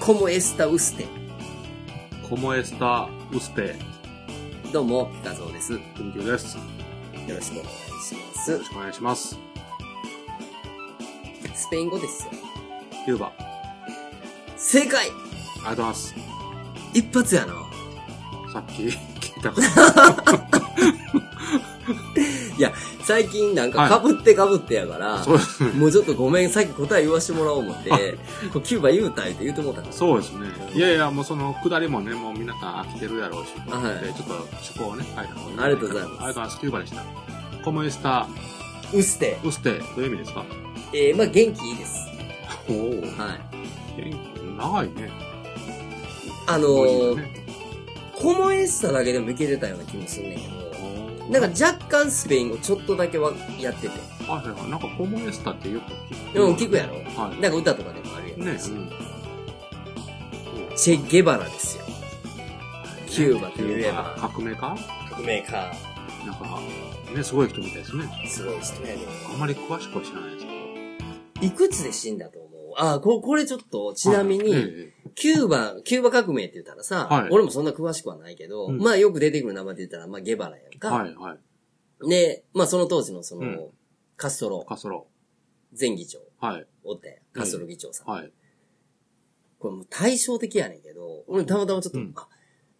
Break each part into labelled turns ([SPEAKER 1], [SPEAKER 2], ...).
[SPEAKER 1] como está usted?
[SPEAKER 2] コモエスタ・ウステ、
[SPEAKER 1] どうも、ピカゾーです。よ
[SPEAKER 2] 文久です。よ
[SPEAKER 1] ろしくお願いします
[SPEAKER 2] ろ。しくお願いします。
[SPEAKER 1] スペイン語ですよ。
[SPEAKER 2] キューバ、あ
[SPEAKER 1] 正解
[SPEAKER 2] りがとうございます。
[SPEAKER 1] 一発やな。
[SPEAKER 2] さっき 聞いたこと
[SPEAKER 1] 最近なんか被って被ってやから、
[SPEAKER 2] そうですね。
[SPEAKER 1] もうちょっとごめん、さっき答え言わしてもらおう思って、こうキューバ言うたいって言うてもうたから。
[SPEAKER 2] そうですね。いやいや、もうその下りもね、もう皆さん飽きてるやろうし、
[SPEAKER 1] あはい
[SPEAKER 2] でちょっと趣向をね、変えた方がいい。
[SPEAKER 1] ありがとうございます
[SPEAKER 2] ありがとうございます。キューバでした。コモエスタ・
[SPEAKER 1] うすて。
[SPEAKER 2] ウステ、どういう意味ですか
[SPEAKER 1] えー、まあ元気いいです。
[SPEAKER 2] おお。
[SPEAKER 1] はい。
[SPEAKER 2] 長いね。
[SPEAKER 1] あの
[SPEAKER 2] 文字
[SPEAKER 1] ー、
[SPEAKER 2] がね
[SPEAKER 1] このエスタだけでもいけてたような気もするんだけ
[SPEAKER 2] お
[SPEAKER 1] ど、
[SPEAKER 2] ー
[SPEAKER 1] なんか若干スペイン語ちょっとだけはやってて。
[SPEAKER 2] はいはいはい。なんかコモエスタってよく聞く。
[SPEAKER 1] うん聞くやろ
[SPEAKER 2] は
[SPEAKER 1] なんか歌とかでもあるや
[SPEAKER 2] い。
[SPEAKER 1] ん。
[SPEAKER 2] ねうん。
[SPEAKER 1] チェ・ゲバラですよ。キューバといえば
[SPEAKER 2] キューバ革命家
[SPEAKER 1] 革命家。
[SPEAKER 2] なんか、ね、すごい人みたいですね。
[SPEAKER 1] すごいですね。
[SPEAKER 2] あんまり詳しくは知らないですけど。
[SPEAKER 1] いくつで死んだと思うあ、ここれちょっと、ちなみに、
[SPEAKER 2] はいええ
[SPEAKER 1] キューバ、キューバ革命って言ったらさ、
[SPEAKER 2] はい
[SPEAKER 1] 俺もそんな詳しくはないけど、
[SPEAKER 2] うん
[SPEAKER 1] まあよく出てくる名前で言ったら、まあゲバラやんか。
[SPEAKER 2] はいはい。
[SPEAKER 1] で、まあその当時のその、
[SPEAKER 2] うん
[SPEAKER 1] カストロ
[SPEAKER 2] カソロ。
[SPEAKER 1] 前議長
[SPEAKER 2] はい。
[SPEAKER 1] おったやん。カストロ議長さん。
[SPEAKER 2] はい。
[SPEAKER 1] これもう対照的やねんけど、俺たまたまちょっと、
[SPEAKER 2] うん
[SPEAKER 1] あ、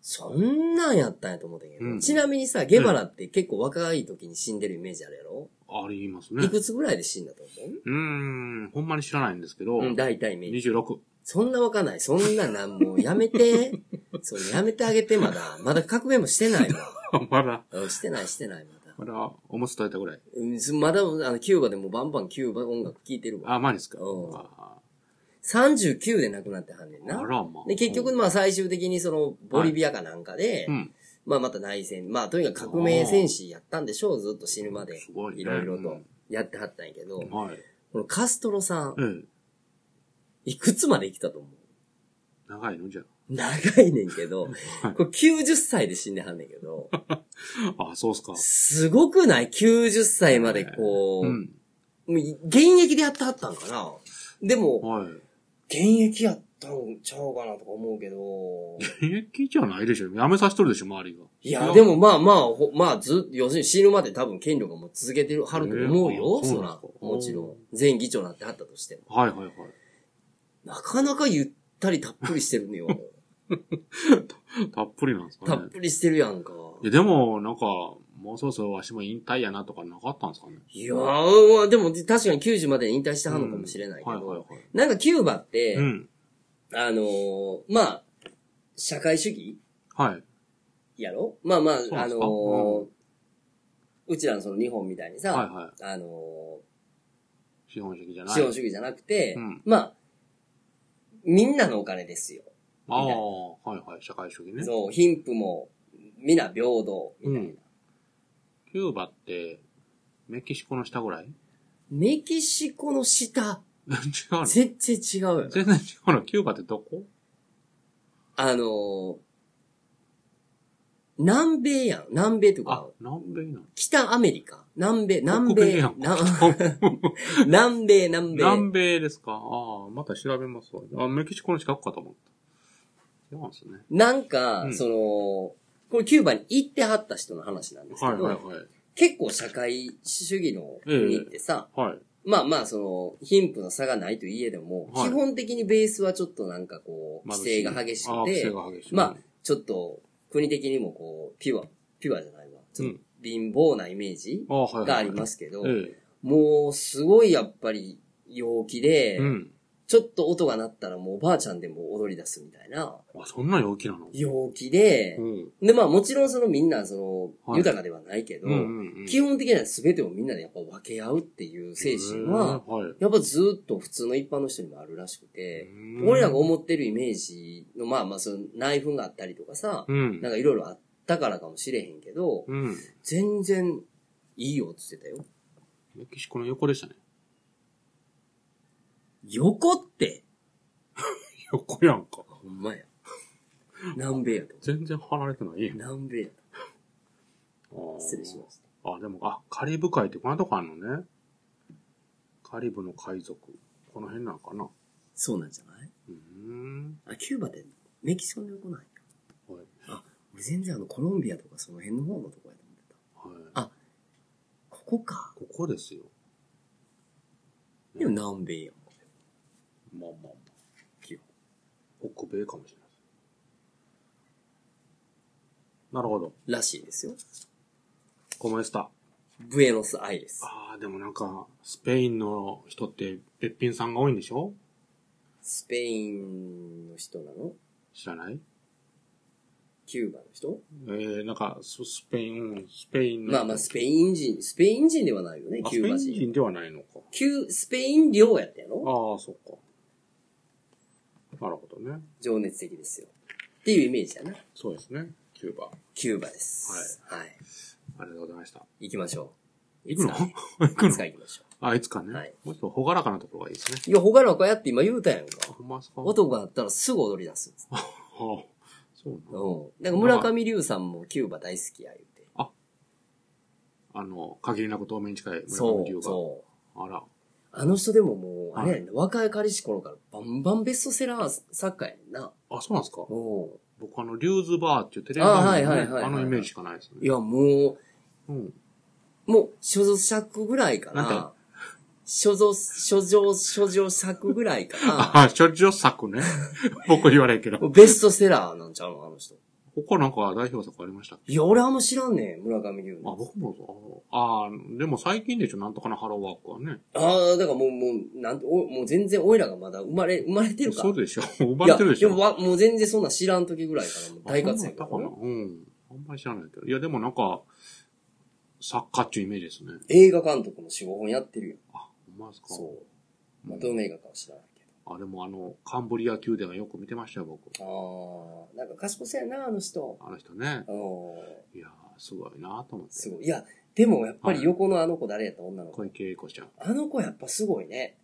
[SPEAKER 1] そんなんやったんやと思ったんやけど、
[SPEAKER 2] うん
[SPEAKER 1] ちなみにさ、ゲバラって結構若い時に死んでるイメージあるやろ、
[SPEAKER 2] ありますね。
[SPEAKER 1] いうくつぐらいで死んだと思
[SPEAKER 2] ーん。ほんまに知らないんですけど
[SPEAKER 1] う、う。ん、大体イメージ。
[SPEAKER 2] 26。
[SPEAKER 1] そんなわかない。そんななん、もうやめて。そう、やめてあげて、まだ。まだ革命もしてない もん。
[SPEAKER 2] まだ、
[SPEAKER 1] うんしてない、してない、まだ。
[SPEAKER 2] まだ、おむつ取れたぐらい。
[SPEAKER 1] うんすまだ、あの、キューバでもバンバンキューバ音楽聴いてるわ。
[SPEAKER 2] あ、マジですか。
[SPEAKER 1] うん
[SPEAKER 2] あ
[SPEAKER 1] 39で亡くなってはんねん
[SPEAKER 2] ーあ
[SPEAKER 1] な。
[SPEAKER 2] ら、まあ。
[SPEAKER 1] で、結局、まあ、最終的にその、ボリビアかなんかで、
[SPEAKER 2] うん。
[SPEAKER 1] まあ、また内戦、まあ、とにかく革命戦士やったんでしょう、ずっと死ぬまで。
[SPEAKER 2] すごいね
[SPEAKER 1] いろいろ
[SPEAKER 2] う
[SPEAKER 1] と
[SPEAKER 2] ん
[SPEAKER 1] やってはったんやけど、
[SPEAKER 2] はい。
[SPEAKER 1] このカストロさん、
[SPEAKER 2] ええ。
[SPEAKER 1] いくつまで生きたと思う
[SPEAKER 2] 長いのじゃ
[SPEAKER 1] 長いねんけど、
[SPEAKER 2] はい
[SPEAKER 1] これ90歳で死んではんねんけど、
[SPEAKER 2] あ。あ、そうっすか。
[SPEAKER 1] すごくない ?90 歳までこう、
[SPEAKER 2] うん。
[SPEAKER 1] もう現役でやってはったんかなでも、
[SPEAKER 2] はい。
[SPEAKER 1] 現役やったんちゃうかなとか思う けど。
[SPEAKER 2] 現役じゃないでしょ。やめさせとるでしょ、周りが。
[SPEAKER 1] いや、でもまあまあ、ほまあずっと、要するに死ぬまで多分権力はもう続けてる、はると思うよ、
[SPEAKER 2] えー
[SPEAKER 1] そ
[SPEAKER 2] あ
[SPEAKER 1] ら
[SPEAKER 2] そうなんです。か
[SPEAKER 1] もちろん。前議長になってはったとしても。
[SPEAKER 2] はいはいはい。
[SPEAKER 1] なかなかゆったりたっぷりしてるの よ。
[SPEAKER 2] たっぷりなんです
[SPEAKER 1] た
[SPEAKER 2] か
[SPEAKER 1] っ
[SPEAKER 2] ね。
[SPEAKER 1] ぷりしてるやんか。
[SPEAKER 2] いや、でも、なんか、もうそろそろわしも引退やなとかなかったんですかね。
[SPEAKER 1] いやー、まあでも確かに90まで引退してはんのかもしれないけ
[SPEAKER 2] はいはい
[SPEAKER 1] ど。
[SPEAKER 2] はい。
[SPEAKER 1] なんかキューバって、
[SPEAKER 2] うん。
[SPEAKER 1] あのー、まあ、社会主義
[SPEAKER 2] はい。
[SPEAKER 1] やろまあまあ
[SPEAKER 2] す、か
[SPEAKER 1] あのー、うちらのその日本みたいに
[SPEAKER 2] はい
[SPEAKER 1] さ、
[SPEAKER 2] は
[SPEAKER 1] あのー、
[SPEAKER 2] い。資本主義じゃない。
[SPEAKER 1] 資本主義じゃなくて、
[SPEAKER 2] うん
[SPEAKER 1] まあ、みんなのお金ですよ。
[SPEAKER 2] ああ、はいはい。社会主義ね。
[SPEAKER 1] そう、貧富も、皆平等、みたいな。
[SPEAKER 2] うんキューバって、メキシコの下ぐらい
[SPEAKER 1] メキシコの下、
[SPEAKER 2] 違うの
[SPEAKER 1] 全然違うよね。
[SPEAKER 2] 全然違うの。キューバってどこ
[SPEAKER 1] あのー南米やん。南米と
[SPEAKER 2] あ
[SPEAKER 1] か、、
[SPEAKER 2] 南米なの
[SPEAKER 1] 北アメリカ。南米、南
[SPEAKER 2] 北米
[SPEAKER 1] 米
[SPEAKER 2] やん。
[SPEAKER 1] な南米、南米。
[SPEAKER 2] 南米ですかああ、また調べますわ。あ、メキシコの近くかと思った。違うんですね。
[SPEAKER 1] なんか、
[SPEAKER 2] うん
[SPEAKER 1] その、これキューバに行ってはった人の話なんですけ
[SPEAKER 2] はい
[SPEAKER 1] ど、
[SPEAKER 2] はいはい。
[SPEAKER 1] 結構社会主義の国ってさ、
[SPEAKER 2] はい。
[SPEAKER 1] まあまあ、その、貧富の差がないといえども、
[SPEAKER 2] はい
[SPEAKER 1] 基本的にベースはちょっとなんかこう、規制が激し
[SPEAKER 2] ああ
[SPEAKER 1] く
[SPEAKER 2] 規制
[SPEAKER 1] て、
[SPEAKER 2] が激しい。
[SPEAKER 1] まあ、ちょっと、国的にもこう、ピュア、ピュアじゃないわ。ちょっと貧乏なイメージ
[SPEAKER 2] ああ、はいはい。
[SPEAKER 1] がありますけど、
[SPEAKER 2] え
[SPEAKER 1] もう、すごいやっぱり、陽気で、
[SPEAKER 2] え。うん。
[SPEAKER 1] ちょっと音が鳴ったらもうおばあちゃんでも踊り出すみたいな、
[SPEAKER 2] あ、そんな陽気なの
[SPEAKER 1] 陽気で
[SPEAKER 2] う、ん。
[SPEAKER 1] で、まあもちろんそのみんなその、
[SPEAKER 2] はい
[SPEAKER 1] 豊かではないけど、
[SPEAKER 2] うんうんうん。
[SPEAKER 1] 基本的には全てをみんなでやっぱ分け合うっていう精神は、
[SPEAKER 2] ええはい。
[SPEAKER 1] やっぱずーっと普通の一般の人にもあるらしくて、
[SPEAKER 2] うん
[SPEAKER 1] 俺らが思ってるイメージの、まあまあその内紛があったりとかさ、
[SPEAKER 2] うん
[SPEAKER 1] なん。かいろいろあったからかもしれへんけど、
[SPEAKER 2] うん。
[SPEAKER 1] 全然いいよって言ってたよ。
[SPEAKER 2] メキシコの横でしたね。
[SPEAKER 1] 横って
[SPEAKER 2] 横やんか。
[SPEAKER 1] ほんまや。南米やと。
[SPEAKER 2] 全然離れてない。
[SPEAKER 1] 南米やと。失礼しました。
[SPEAKER 2] あーあ、でも、あ、カリブ海ってこんなとこあるのね。カリブの海賊。この辺なのかな。
[SPEAKER 1] そうなんじゃないう
[SPEAKER 2] ーん。うん。
[SPEAKER 1] あ、キューバってメキシコの横なんや。
[SPEAKER 2] はい。
[SPEAKER 1] 俺全然あの、コロンビアとかその辺の方のとこやと思ってた。
[SPEAKER 2] は
[SPEAKER 1] あ
[SPEAKER 2] い。
[SPEAKER 1] ここか。
[SPEAKER 2] ここですよ。
[SPEAKER 1] でも南米やん。
[SPEAKER 2] まあまあまあ。基本。北米かもしれません。なるほど。
[SPEAKER 1] らしいですよ。
[SPEAKER 2] コメスタ。
[SPEAKER 1] ブエノスアイレス。
[SPEAKER 2] ああ、でもなんか、スペインの人って、べっぴんさんが多いんでしょ
[SPEAKER 1] スペインの人なの
[SPEAKER 2] 知らない
[SPEAKER 1] キューバの人
[SPEAKER 2] えー、なんか、ススペイン、うんスペインの。
[SPEAKER 1] まあまあ、スペイン人、スペイン人ではないよね、
[SPEAKER 2] あ
[SPEAKER 1] キューバ
[SPEAKER 2] スペイン
[SPEAKER 1] 人。
[SPEAKER 2] 人ではないのか。
[SPEAKER 1] キュースペイン領やったやろ
[SPEAKER 2] ああ、そっか。なるほどね。
[SPEAKER 1] 情熱的ですよ。っていうイメージやな。
[SPEAKER 2] そうですね。キューバ。
[SPEAKER 1] キューバです。はい。はい。
[SPEAKER 2] ありがとうございました。
[SPEAKER 1] 行きましょう。
[SPEAKER 2] 行くの
[SPEAKER 1] い
[SPEAKER 2] 行く
[SPEAKER 1] つか
[SPEAKER 2] の
[SPEAKER 1] 行きましょ
[SPEAKER 2] あ、いつかね。
[SPEAKER 1] はい
[SPEAKER 2] もうちょっと朗らかなところがいいですね。
[SPEAKER 1] う。いや、他の子やって今言うたやん
[SPEAKER 2] あ
[SPEAKER 1] か。
[SPEAKER 2] ほんまですか
[SPEAKER 1] 男があったらすぐ踊り出す。
[SPEAKER 2] ああそうなの。
[SPEAKER 1] うん。だから村上龍さんもキューバ大好きや言うて。
[SPEAKER 2] あの、限りなく透明に近い
[SPEAKER 1] そ
[SPEAKER 2] 村上龍
[SPEAKER 1] う、
[SPEAKER 2] が。
[SPEAKER 1] そう。
[SPEAKER 2] あら。
[SPEAKER 1] あの人でももう、あ
[SPEAKER 2] はい
[SPEAKER 1] れやね、若い彼氏頃からバンバンベストセラー作家やねんな。
[SPEAKER 2] あ、そうなんですか
[SPEAKER 1] も
[SPEAKER 2] 僕あの、リューズバーっていうテレビ番組
[SPEAKER 1] あはいはいはい
[SPEAKER 2] の
[SPEAKER 1] はい
[SPEAKER 2] ねあのイメージしかないです
[SPEAKER 1] う、い
[SPEAKER 2] ね。
[SPEAKER 1] やも
[SPEAKER 2] うん。
[SPEAKER 1] う、もう、所蔵作ぐらいか
[SPEAKER 2] なん
[SPEAKER 1] な
[SPEAKER 2] か。
[SPEAKER 1] 所蔵、所蔵、所蔵作ぐらいかな。
[SPEAKER 2] あ、処女作ね。 僕言わないけど。
[SPEAKER 1] もうベストセラーなんちゃうのあの人。
[SPEAKER 2] 他なんか代表作ありましたっけ
[SPEAKER 1] いや、俺あんま知らんねん、村上龍
[SPEAKER 2] あ、
[SPEAKER 1] の。
[SPEAKER 2] 僕も、ああー、でも最近でしょ、なんとかのハローワークはね。
[SPEAKER 1] ああ、だからもう、もう、なんて、おもう全然俺らがまだ生まれ、生まれてるか。
[SPEAKER 2] そうでしょ。 生まれてるでしょ。
[SPEAKER 1] いや、でもわ、もう全然そんなん知らん時ぐらいから、もう大活躍
[SPEAKER 2] あ
[SPEAKER 1] やか
[SPEAKER 2] そうだ
[SPEAKER 1] ら
[SPEAKER 2] ったかなうん。あんまり知らないけど。いや、でもなんか、作家っていうイメージですね。
[SPEAKER 1] 映画監督も4、5本やってるよ。
[SPEAKER 2] あ、ほんまですか。
[SPEAKER 1] そう。
[SPEAKER 2] う
[SPEAKER 1] まあ、
[SPEAKER 2] ん
[SPEAKER 1] どの映画かは知らないけ
[SPEAKER 2] あ、でもあの、カンブリア宮殿はよく見てましたよ、僕。
[SPEAKER 1] ど。ああ、なんか賢そうやな、あの人。
[SPEAKER 2] あの人ね。
[SPEAKER 1] あの
[SPEAKER 2] いやー、すごいなと思って。
[SPEAKER 1] す
[SPEAKER 2] い。
[SPEAKER 1] ごい。いや、でもやっぱり
[SPEAKER 2] はい
[SPEAKER 1] 横のあの子誰やった女の子。
[SPEAKER 2] 小池栄子ちゃん。こ
[SPEAKER 1] あの子やっぱすごいね。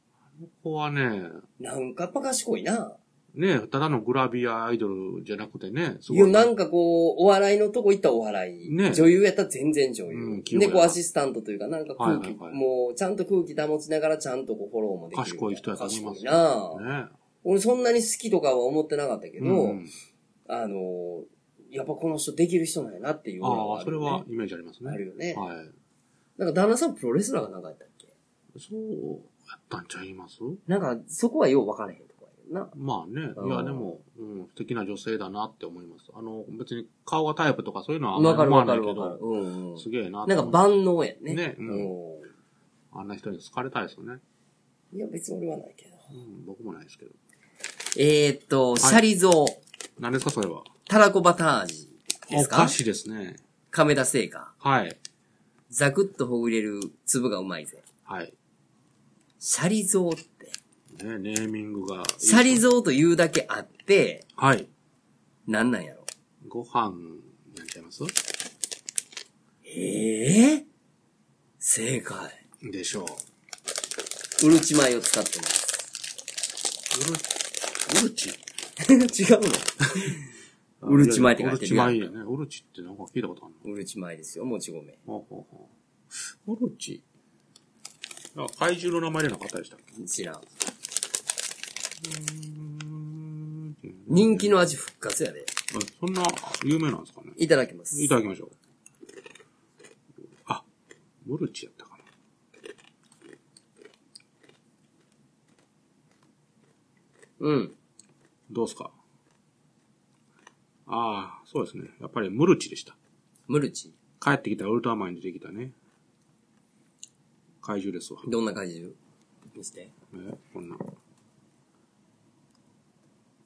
[SPEAKER 2] こはね、
[SPEAKER 1] なんかやっぱ賢いな。
[SPEAKER 2] ね、ただのグラビアアイドルじゃなくてね、す
[SPEAKER 1] い
[SPEAKER 2] ご
[SPEAKER 1] や、
[SPEAKER 2] い。
[SPEAKER 1] なんかこう、お笑いのとこ行ったらお笑い。
[SPEAKER 2] ね
[SPEAKER 1] 女優やったら全然女優。
[SPEAKER 2] うん器用や
[SPEAKER 1] で、
[SPEAKER 2] な
[SPEAKER 1] こうアシスタントというか、なんか空気、
[SPEAKER 2] はいはいはい
[SPEAKER 1] もうちゃんと空気保ちながらちゃんとこうフォローもできる。
[SPEAKER 2] 賢い人やと思いま
[SPEAKER 1] 賢
[SPEAKER 2] す
[SPEAKER 1] い
[SPEAKER 2] よ
[SPEAKER 1] な、
[SPEAKER 2] ね。
[SPEAKER 1] 俺そんなに好きとかは思ってなかったけど、
[SPEAKER 2] うん、
[SPEAKER 1] あの、やっぱこの人できる人なんやなっていうの
[SPEAKER 2] あ
[SPEAKER 1] は
[SPEAKER 2] あ、
[SPEAKER 1] る
[SPEAKER 2] それ
[SPEAKER 1] よね
[SPEAKER 2] はイメージありますね。
[SPEAKER 1] あるよね。
[SPEAKER 2] はい。
[SPEAKER 1] なんか旦那さんプロレスラーがなんかやったっけ
[SPEAKER 2] そうやったんちゃいます
[SPEAKER 1] なんかそこはよう分からへんとこやな。
[SPEAKER 2] まあね。
[SPEAKER 1] うん
[SPEAKER 2] いや、でも、うん、素敵な女性だなって思います。あの、別に顔がタイプとかそういうのはあんま
[SPEAKER 1] わ
[SPEAKER 2] り
[SPEAKER 1] かる
[SPEAKER 2] 思わ
[SPEAKER 1] わ
[SPEAKER 2] な
[SPEAKER 1] か
[SPEAKER 2] い
[SPEAKER 1] る
[SPEAKER 2] け
[SPEAKER 1] わかる。
[SPEAKER 2] ど、
[SPEAKER 1] うんうん。
[SPEAKER 2] すげえな
[SPEAKER 1] なんか万能やね。
[SPEAKER 2] ねうん
[SPEAKER 1] うん
[SPEAKER 2] あんな人に好かれたいですよね。
[SPEAKER 1] いや、別に俺はないけど。
[SPEAKER 2] うん、僕もないですけど。
[SPEAKER 1] えーっと、シャリゾー、
[SPEAKER 2] 何ですか、それは。
[SPEAKER 1] タラコバタージです
[SPEAKER 2] お
[SPEAKER 1] か
[SPEAKER 2] 菓子ですね。
[SPEAKER 1] 亀田製菓。
[SPEAKER 2] はい。
[SPEAKER 1] ザクッとほぐれる粒がうまいぜ。
[SPEAKER 2] はい。
[SPEAKER 1] シャリゾーって。
[SPEAKER 2] ね、ネーミングがいいです
[SPEAKER 1] シ
[SPEAKER 2] ね。
[SPEAKER 1] ャリゾーというだけあって、
[SPEAKER 2] はい。
[SPEAKER 1] なんなんやろ。
[SPEAKER 2] ご飯、なんちゃいます
[SPEAKER 1] ええ正解。
[SPEAKER 2] でしょう。
[SPEAKER 1] うるち米を使ってます。
[SPEAKER 2] うる、うる ち
[SPEAKER 1] 違うのうるち米って書いてるやん
[SPEAKER 2] うるち米やね。うるちってなんか聞いたことあるの
[SPEAKER 1] うるち米ですよ、もち米。
[SPEAKER 2] ほうほうほう。オロチあ、怪獣の名前でなかったでしたっけ
[SPEAKER 1] 知らん。人気の味復活やで。
[SPEAKER 2] あそんな有名なんですかね
[SPEAKER 1] いただきます。
[SPEAKER 2] いただきましょう。あ、モルチやったかな。
[SPEAKER 1] うん。
[SPEAKER 2] どうすかああ、そうですね。やっぱりムルチでした。
[SPEAKER 1] ムルチ。
[SPEAKER 2] 帰ってきたらウルトラマンに出てきたね。怪獣ですわ。
[SPEAKER 1] どんな感じ見して。
[SPEAKER 2] えこんな。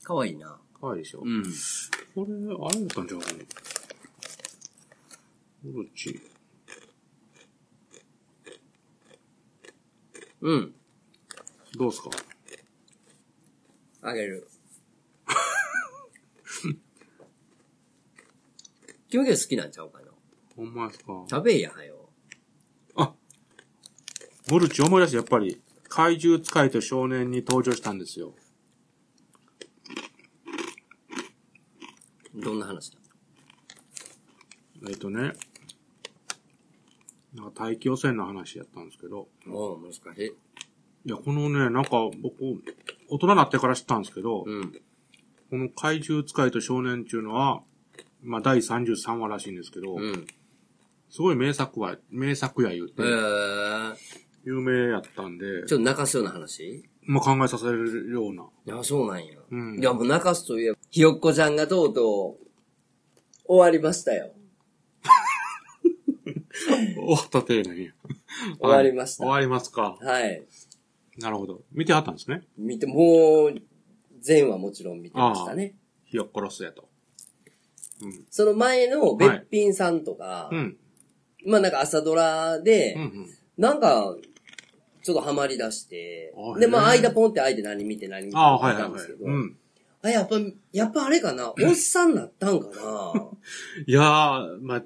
[SPEAKER 1] かわいいな。
[SPEAKER 2] 可愛いでしょ。
[SPEAKER 1] うん。
[SPEAKER 2] これ、あれだったんじゃないかね。ムルチ。
[SPEAKER 1] うん。
[SPEAKER 2] どうすか
[SPEAKER 1] あげる。 キムキム好きなんちゃうかな
[SPEAKER 2] ほんまですか
[SPEAKER 1] 食べいやはよ。
[SPEAKER 2] あ、モルチ思い出して、やっぱり、怪獣使いと少年に登場したんですよ。
[SPEAKER 1] どんな話だ
[SPEAKER 2] えっ、とね、なんか大気汚染の話やったんですけど、
[SPEAKER 1] もう難しい。
[SPEAKER 2] いや、このね、なんか僕、大人になってから知ったんですけど、
[SPEAKER 1] うん。
[SPEAKER 2] この怪獣使いと少年っていうのは、まあ、第33話らしいんですけど、
[SPEAKER 1] うん。
[SPEAKER 2] すごい名作は、名作や言う
[SPEAKER 1] え
[SPEAKER 2] て、
[SPEAKER 1] ー、
[SPEAKER 2] 有名やったんで、
[SPEAKER 1] ちょっと泣かすような話
[SPEAKER 2] まあ、考えさせるような。
[SPEAKER 1] いや、そうなんや。
[SPEAKER 2] うん
[SPEAKER 1] いや、もう泣かすといえば、ひよっこちゃんがとうとう、終わりましたよ。
[SPEAKER 2] 終わったて何や。
[SPEAKER 1] 終わりました
[SPEAKER 2] 終わりますか。
[SPEAKER 1] はい。
[SPEAKER 2] なるほど。見てはったんですね。
[SPEAKER 1] 見て、もう、全話もちろん見てましたね。
[SPEAKER 2] 火を殺すやと。うん。
[SPEAKER 1] その前の、べっぴんさんとか、
[SPEAKER 2] うん。
[SPEAKER 1] まあなんか朝ドラで、
[SPEAKER 2] うんうん。
[SPEAKER 1] なんか、ちょっとハマり出して
[SPEAKER 2] あ、
[SPEAKER 1] で、まあ
[SPEAKER 2] へえ
[SPEAKER 1] 間ポンって間何見て何見て
[SPEAKER 2] ああー、
[SPEAKER 1] 見
[SPEAKER 2] はいは
[SPEAKER 1] た
[SPEAKER 2] い
[SPEAKER 1] んで
[SPEAKER 2] はい
[SPEAKER 1] すけ。ど、
[SPEAKER 2] うん。
[SPEAKER 1] あ、やっぱ、やっぱあれかな、おっさんなったんか な
[SPEAKER 2] いやー、まあ、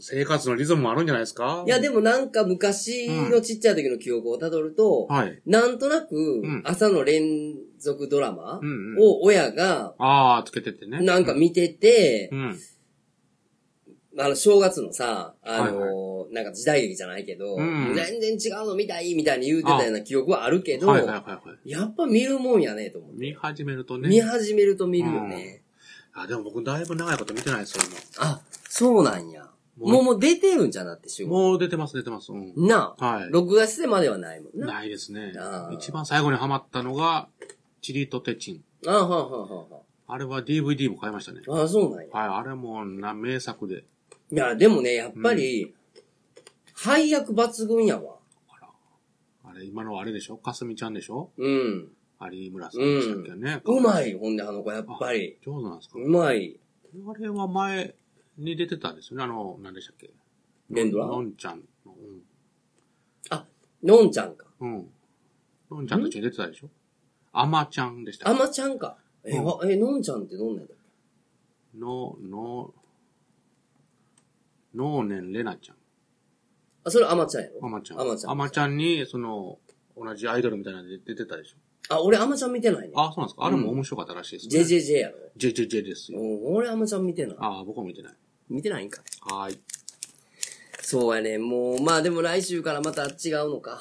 [SPEAKER 2] 生活のリズムもあるんじゃないですか
[SPEAKER 1] いや、でもなんか昔のちっちゃい時の記憶をたどると、
[SPEAKER 2] はい。
[SPEAKER 1] なんとなく
[SPEAKER 2] うん、
[SPEAKER 1] 朝の連続ドラマ
[SPEAKER 2] うんうん
[SPEAKER 1] を親が、
[SPEAKER 2] ああ、つけてってね。
[SPEAKER 1] なんか見てて
[SPEAKER 2] う、ん。
[SPEAKER 1] あの、正月のさ、あの
[SPEAKER 2] はい
[SPEAKER 1] なんか時代劇じゃないけど、
[SPEAKER 2] うん
[SPEAKER 1] 全然違うの見たいみたいに言うてたような記憶はあるけど、
[SPEAKER 2] はいはいはいはい。
[SPEAKER 1] やっぱ見るもんやね、と思って。
[SPEAKER 2] 見始めるとね。
[SPEAKER 1] 見始めると見るよね。
[SPEAKER 2] あ、でも僕だいぶ長いこと見てないですよ、
[SPEAKER 1] あ、そうなんや。
[SPEAKER 2] もう
[SPEAKER 1] もう、もう出てるんじゃなって、週
[SPEAKER 2] 今。
[SPEAKER 1] も。
[SPEAKER 2] もう出てます、出てます。うん。
[SPEAKER 1] なあ、
[SPEAKER 2] はい
[SPEAKER 1] 録画してまではないもんな。
[SPEAKER 2] ないですね
[SPEAKER 1] あ。ー
[SPEAKER 2] 一番最後にハマったのが、チリとテチン。
[SPEAKER 1] あはあはあは
[SPEAKER 2] あれは DVD も買いましたね。
[SPEAKER 1] あはあ。あそうなんや。
[SPEAKER 2] はい、あれもな名作で。
[SPEAKER 1] いや、でもね、やっぱり、配役抜群やわ。
[SPEAKER 2] あれ、今のあれでしょかすみちゃんでしょ
[SPEAKER 1] うん。
[SPEAKER 2] 有村さんでしたっけね。
[SPEAKER 1] うま
[SPEAKER 2] い。
[SPEAKER 1] い、ほんで、あの子、やっぱり。
[SPEAKER 2] 上手なんですか
[SPEAKER 1] うまい。
[SPEAKER 2] あれは前に出てたんですよね。あの、何でしたっけ
[SPEAKER 1] レンド
[SPEAKER 2] の
[SPEAKER 1] ラ
[SPEAKER 2] んちゃんの。
[SPEAKER 1] のんちゃんか。
[SPEAKER 2] うん。うん。のんちゃんと一緒に出てたでしょあまちゃんでしたっけ
[SPEAKER 1] あまちゃんか。え、
[SPEAKER 2] うん
[SPEAKER 1] わえのんちゃんってどんなんだっけ
[SPEAKER 2] の、の、能年レナちゃん。
[SPEAKER 1] あ、それあまちゃんやろ
[SPEAKER 2] アマちゃん。
[SPEAKER 1] あまちゃん
[SPEAKER 2] アマちゃんに、その、同じアイドルみたいなので出てたでしょ。
[SPEAKER 1] あ、俺あまちゃん見てないね。
[SPEAKER 2] あ、そうなんですか。あれも面白かったらしいですね。ジェ
[SPEAKER 1] JJJ やろ。
[SPEAKER 2] ジェジェジェですよ。
[SPEAKER 1] うん、俺あまちゃん見てない。
[SPEAKER 2] ああ、僕も見てない。
[SPEAKER 1] 見てないんか。
[SPEAKER 2] はーい。
[SPEAKER 1] そうやね。もう、まあでも来週からまた違うのか。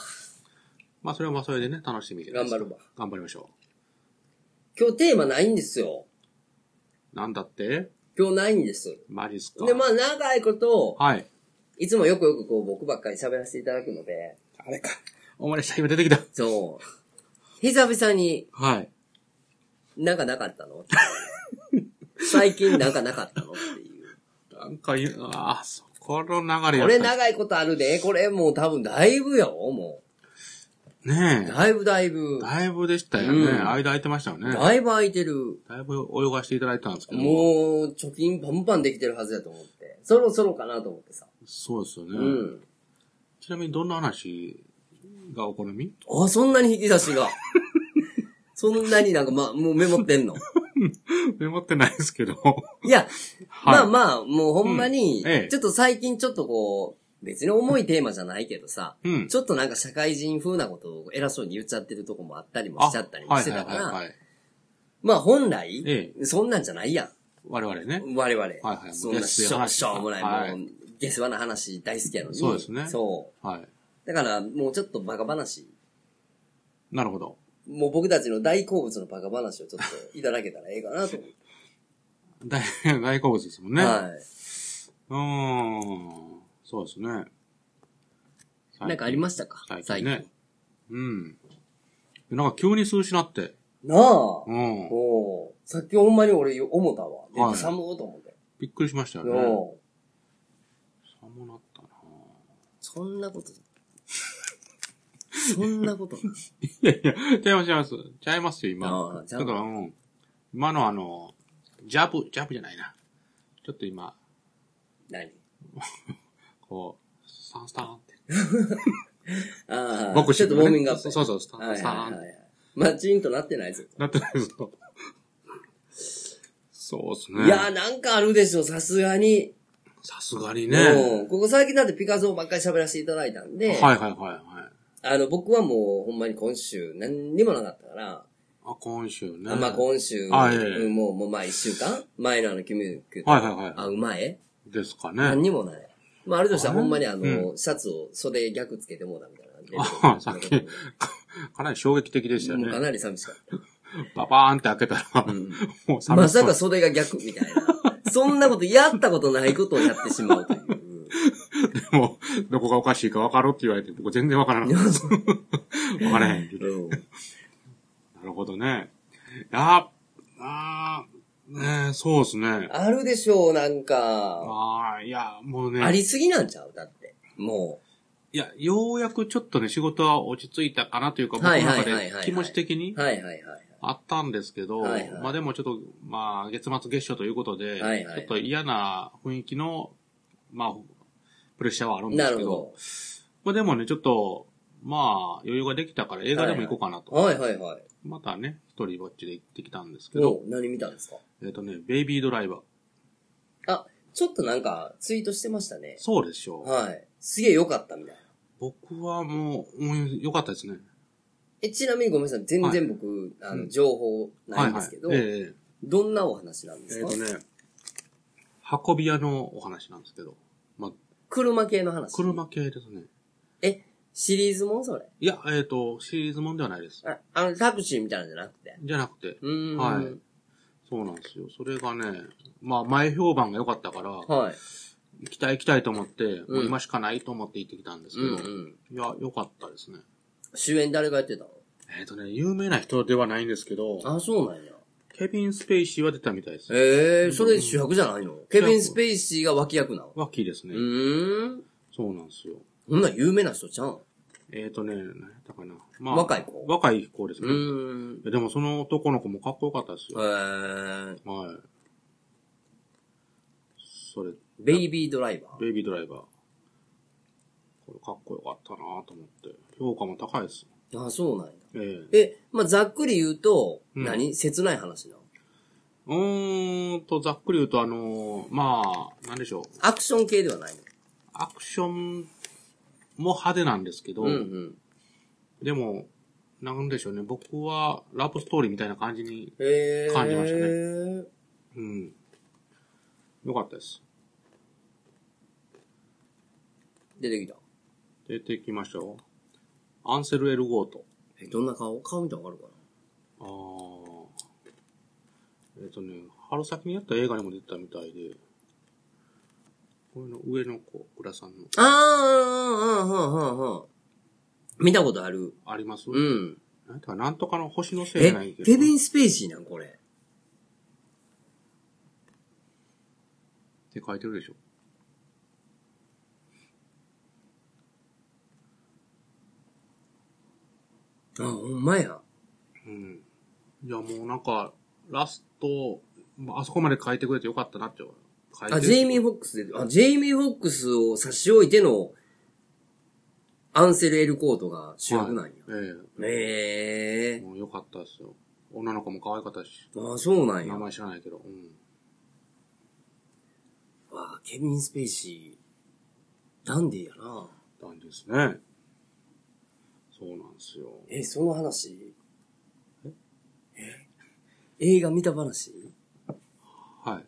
[SPEAKER 2] まあ、それはまあ、それでね、楽しみです。
[SPEAKER 1] 頑張るわ。
[SPEAKER 2] 頑張りましょ
[SPEAKER 1] 今日テーマないんですよ。
[SPEAKER 2] う。なんだって
[SPEAKER 1] 今日ないんです。
[SPEAKER 2] マジっすか。
[SPEAKER 1] で、まあ長いこと、
[SPEAKER 2] はい。
[SPEAKER 1] いつもよくよくこう僕ばっかり喋らせていただくので、
[SPEAKER 2] あれか。お前した、今出てきた。
[SPEAKER 1] そう。 久々に
[SPEAKER 2] はい。
[SPEAKER 1] なんかなかったの最近なんかなかったのっていう。
[SPEAKER 2] なんかい、ああ、そこの流れ
[SPEAKER 1] これ
[SPEAKER 2] やっ
[SPEAKER 1] 長いことあるで、これもう多分だいぶよ、も
[SPEAKER 2] たね
[SPEAKER 1] う。
[SPEAKER 2] え。
[SPEAKER 1] だいぶだいぶ。
[SPEAKER 2] だいぶでしたよね。
[SPEAKER 1] うん
[SPEAKER 2] 間空いてましたよね。
[SPEAKER 1] だいぶ空いてる。
[SPEAKER 2] だいぶ泳がしていただいたんですけど。
[SPEAKER 1] もう、貯金パンパンできてるはずやと思って。そろそろかなと思ってさ。
[SPEAKER 2] そうですよね。
[SPEAKER 1] うん。
[SPEAKER 2] ちなみにどんな話がお好み
[SPEAKER 1] あ、そんなに引き出しが。 そんなになんか、ま、もうメモってんの。
[SPEAKER 2] メモってないですけ ど。
[SPEAKER 1] いや、
[SPEAKER 2] はい
[SPEAKER 1] まあまあ、もうほんまに
[SPEAKER 2] うんええ、
[SPEAKER 1] ちょっと最近ちょっとこう、別に重いテーマじゃないけどさ、
[SPEAKER 2] うん。
[SPEAKER 1] ちょっとなんか社会人風なことを偉そうに言っちゃってるとこもあったりもしちゃったりもしてたか
[SPEAKER 2] はいはいはい
[SPEAKER 1] ら、
[SPEAKER 2] はい。
[SPEAKER 1] まあ本来、
[SPEAKER 2] え
[SPEAKER 1] そんなんじゃないやん。
[SPEAKER 2] 我々ね。
[SPEAKER 1] 我々。
[SPEAKER 2] はいはい
[SPEAKER 1] そんな
[SPEAKER 2] もう下
[SPEAKER 1] し
[SPEAKER 2] 世
[SPEAKER 1] ょ
[SPEAKER 2] 話
[SPEAKER 1] しょうもない、
[SPEAKER 2] はい
[SPEAKER 1] もう、下世話な話大好きやのに。
[SPEAKER 2] そうですね
[SPEAKER 1] そう。
[SPEAKER 2] はい。
[SPEAKER 1] だからもうちょっとバカ話、
[SPEAKER 2] なるほど。
[SPEAKER 1] もう僕たちの大好物のバカ話をちょっといただけたらええかなと思って。
[SPEAKER 2] 大、大好物ですもんね。
[SPEAKER 1] は
[SPEAKER 2] うーん。そうですね。
[SPEAKER 1] い。なんかあり
[SPEAKER 2] ま
[SPEAKER 1] ましたか
[SPEAKER 2] 最近ね。うん。なんか急に数字なって。
[SPEAKER 1] なあ。
[SPEAKER 2] うん。
[SPEAKER 1] おうさっきほんまに俺思ったわ。
[SPEAKER 2] は
[SPEAKER 1] で、
[SPEAKER 2] い
[SPEAKER 1] 寒うと思って。
[SPEAKER 2] びっくりしましたよね。
[SPEAKER 1] おう
[SPEAKER 2] 寒なったな
[SPEAKER 1] そんなこと。そんなこと。
[SPEAKER 2] いやいや、ちゃいます、ちゃいます。ちゃいますよ、
[SPEAKER 1] あ
[SPEAKER 2] 今
[SPEAKER 1] あ。ち
[SPEAKER 2] ち
[SPEAKER 1] ゃう
[SPEAKER 2] ょっと、うん。今のあの、ジャブ、ジャブじゃないな。ちょっと今、
[SPEAKER 1] 何
[SPEAKER 2] こう、スタンスタンって。
[SPEAKER 1] ああ、
[SPEAKER 2] ボク
[SPEAKER 1] ち
[SPEAKER 2] シ
[SPEAKER 1] ょっ
[SPEAKER 2] ング
[SPEAKER 1] とウォ
[SPEAKER 2] ね
[SPEAKER 1] ーミングアップ。
[SPEAKER 2] そうそう、スタン
[SPEAKER 1] はい
[SPEAKER 2] ス
[SPEAKER 1] はいはい
[SPEAKER 2] タン
[SPEAKER 1] は
[SPEAKER 2] って。
[SPEAKER 1] い。マチンとなってないぞ。
[SPEAKER 2] なってないですと。そうですね。
[SPEAKER 1] いやーなんかあるでしょ、さすがに。
[SPEAKER 2] さすがにね。は
[SPEAKER 1] うんここ最近だってピカソばっかり喋らせていただいたん
[SPEAKER 2] い
[SPEAKER 1] で、
[SPEAKER 2] はいはいはい。
[SPEAKER 1] あの、僕はもうほんまに今週何にもなかったから、
[SPEAKER 2] あ、今週ね。
[SPEAKER 1] まあ今週、
[SPEAKER 2] あいえいえ
[SPEAKER 1] うんもう、もうまあ一週間前のあの、キムキュ
[SPEAKER 2] はいはいは
[SPEAKER 1] あ、うまい
[SPEAKER 2] い。ですか
[SPEAKER 1] 何
[SPEAKER 2] ね。
[SPEAKER 1] にもない。まあ、あるとしたら
[SPEAKER 2] あれ
[SPEAKER 1] ほんまにあの、
[SPEAKER 2] う
[SPEAKER 1] シャツを袖逆つけてもうだみたいな感じで。
[SPEAKER 2] あさっきかなり衝撃的でしたよ
[SPEAKER 1] もうか
[SPEAKER 2] ね。
[SPEAKER 1] なり寂しかった。
[SPEAKER 2] パパーンって開けたら、
[SPEAKER 1] うん
[SPEAKER 2] もう寂しそう
[SPEAKER 1] まさかそれが逆みたいな。そんなことやったことないことをやってしまうという。 うん
[SPEAKER 2] でも、どこがおかしいか分かろうって言われて、僕全然分からなかったです。分からへん。
[SPEAKER 1] うん
[SPEAKER 2] なるほどね。あ、あーねえそうですね。
[SPEAKER 1] あるでしょう、なんか。
[SPEAKER 2] ああ、いや、もうね。
[SPEAKER 1] ありすぎなんちゃうだって。も
[SPEAKER 2] いや、ようやくちょっとね、仕事は落ち着いたかなというか、僕
[SPEAKER 1] は
[SPEAKER 2] の
[SPEAKER 1] いはい
[SPEAKER 2] 中
[SPEAKER 1] はいはい
[SPEAKER 2] で気持ち的に
[SPEAKER 1] う。はいはいはい。
[SPEAKER 2] あったんですけど、
[SPEAKER 1] はいはい
[SPEAKER 2] まあでもちょっと、まあ、月末月初ということで、
[SPEAKER 1] はいはい
[SPEAKER 2] ちょっと嫌な雰囲気の、まあ、プレッシャーはあるんで
[SPEAKER 1] な
[SPEAKER 2] すけ
[SPEAKER 1] る
[SPEAKER 2] ど、
[SPEAKER 1] ほ
[SPEAKER 2] まあでもね、ちょっと、まあ、余裕ができたから映画でも行こうかなと。
[SPEAKER 1] ど。はいはいはい。
[SPEAKER 2] またね、一人ぼっちで行ってきたんですけど、
[SPEAKER 1] お何見たんですか
[SPEAKER 2] えっ、とね、ベイビードライバー。
[SPEAKER 1] あ、ちょっとなんか、ツイートしてましたね。
[SPEAKER 2] そうでしょう。
[SPEAKER 1] はい。すげえ良かったみたいな。
[SPEAKER 2] 僕はもう、うん、良かったですね。
[SPEAKER 1] え、ちなみにごめんなさい。全然僕、あ
[SPEAKER 2] う
[SPEAKER 1] の、
[SPEAKER 2] ん
[SPEAKER 1] 情報ないんですけど、
[SPEAKER 2] はいはい、ええ
[SPEAKER 1] どんなお話なんです
[SPEAKER 2] えっ、
[SPEAKER 1] か、
[SPEAKER 2] とね、運び屋のお話なんですけど、まあ、
[SPEAKER 1] 車系の話。
[SPEAKER 2] 車系ですね。
[SPEAKER 1] え、シリーズもんそれ。
[SPEAKER 2] いや、えっ、と、シリーズもんではないです。
[SPEAKER 1] あ、あの、タクシーみたいなんじゃなくて。
[SPEAKER 2] じゃなくて、
[SPEAKER 1] うーん。
[SPEAKER 2] はいそうなんですよ。それがね、まあ、前評判が良かったから、行
[SPEAKER 1] はい。
[SPEAKER 2] きたい行きたいと思って、
[SPEAKER 1] うん
[SPEAKER 2] もう今しかないと思って行ってきたんですけ
[SPEAKER 1] う
[SPEAKER 2] ど、
[SPEAKER 1] んうん。
[SPEAKER 2] いや、良かったですね。
[SPEAKER 1] 主演誰がやってたの
[SPEAKER 2] えっ、とね、有名な人ではないんですけど、
[SPEAKER 1] あ、そうなんや。
[SPEAKER 2] ケビン・スペイシーは出たみたいです。
[SPEAKER 1] ええそれ主役じゃないのケビン・スペイシーが脇役なの
[SPEAKER 2] ワッキーです
[SPEAKER 1] う
[SPEAKER 2] ね。
[SPEAKER 1] ーん。
[SPEAKER 2] そうなんですよ。
[SPEAKER 1] そんな有名な人ちゃうん
[SPEAKER 2] えっ、とね、何やったかな。ま
[SPEAKER 1] 若い子
[SPEAKER 2] 若い子です
[SPEAKER 1] う
[SPEAKER 2] ね。
[SPEAKER 1] ーん。
[SPEAKER 2] いやでもその男の子もかっこよかったです
[SPEAKER 1] え
[SPEAKER 2] よ。
[SPEAKER 1] ー、
[SPEAKER 2] はい。それ、
[SPEAKER 1] ベイビードライバー。
[SPEAKER 2] ベイビードライバー。これかっこよかったなと思って。評価も高いです。
[SPEAKER 1] あ、そうなんや。
[SPEAKER 2] ええ
[SPEAKER 1] え、まあ、ざっくり言うと、
[SPEAKER 2] うん
[SPEAKER 1] 何切ない話なの
[SPEAKER 2] うーんと、ざっくり言うと、あのーまあ、なんでしょう。
[SPEAKER 1] アクション系ではないの
[SPEAKER 2] アクションも派手なんですけど、
[SPEAKER 1] うんうん。
[SPEAKER 2] でも、なんでしょうね。僕は、ラブストーリーみたいな感じに、
[SPEAKER 1] えー、
[SPEAKER 2] 感じました
[SPEAKER 1] ね。
[SPEAKER 2] うん。よかったです。
[SPEAKER 1] 出てきた。
[SPEAKER 2] 出てきましたよ。アンセル・エル・ゴート。
[SPEAKER 1] え、どんな顔顔見たらわかるか
[SPEAKER 2] ああ。えっ、とね、春先にやった映画にも出てたみたいで、これの上の子、浦さんの、
[SPEAKER 1] なあー、あー、あー、あー、あー。見たことある。
[SPEAKER 2] あります、
[SPEAKER 1] うん。
[SPEAKER 2] なんてか、なんとかの星のせいじ
[SPEAKER 1] え
[SPEAKER 2] ゃない、けど。
[SPEAKER 1] ケビン・スペイシーなんこれ。
[SPEAKER 2] って書いてるでしょ。
[SPEAKER 1] あ、ほんまや。
[SPEAKER 2] うん。いや、もうなんか、ラスト、まああそこまで書いてくれてよかったなって。書いて
[SPEAKER 1] あ、ジェイミー・フォックスで、あ、ジェイミー・フォックスを差し置いての、アンセル・エル・コートが主役なんや。
[SPEAKER 2] はいええ
[SPEAKER 1] ええ
[SPEAKER 2] もうよかったですよ。女の子も可愛かったし、
[SPEAKER 1] あ、そうなんや。
[SPEAKER 2] 名
[SPEAKER 1] わ
[SPEAKER 2] 前知らないけど。うん。
[SPEAKER 1] あ、ケビン・スペイシー、ダンディーやな。
[SPEAKER 2] たんですね。そうなんですよ。
[SPEAKER 1] え、その話え映画見た話
[SPEAKER 2] はい。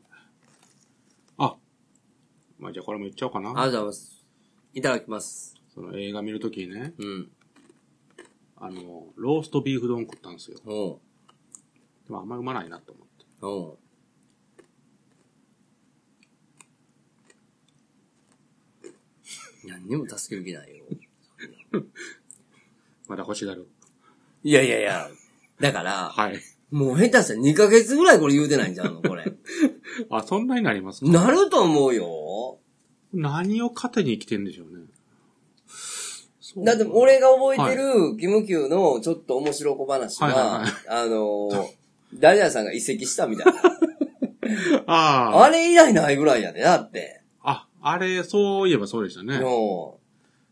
[SPEAKER 2] あ、まあじゃあこれも言っちゃおうか
[SPEAKER 1] あ
[SPEAKER 2] な。
[SPEAKER 1] りがとうございます。いただきます。
[SPEAKER 2] その映画見るときにね、
[SPEAKER 1] うん。
[SPEAKER 2] あの、ローストビーフ丼食ったんですよ。
[SPEAKER 1] おう。
[SPEAKER 2] でもあんまりうまないなと思って。
[SPEAKER 1] おう。何にも助ける気ないよ。
[SPEAKER 2] まだ欲しがる。
[SPEAKER 1] いやいやいや。だから、
[SPEAKER 2] はい。
[SPEAKER 1] もう下手したら2ヶ月ぐらいこれ言うてないんちゃうのこ れ。
[SPEAKER 2] あ、そんなになりますか
[SPEAKER 1] なると思うよ。
[SPEAKER 2] 何を糧に生きてんでしょうね。そう
[SPEAKER 1] だって俺が覚えてる、キムキューのちょっと面白小話は、
[SPEAKER 2] はいはいは
[SPEAKER 1] あ
[SPEAKER 2] い
[SPEAKER 1] のー、ダジャーさんが移籍した みたいな。
[SPEAKER 2] ああ。
[SPEAKER 1] あれ以来ないぐらいやで、だって。
[SPEAKER 2] あ、あれ、そういえばそうでしたね。
[SPEAKER 1] の、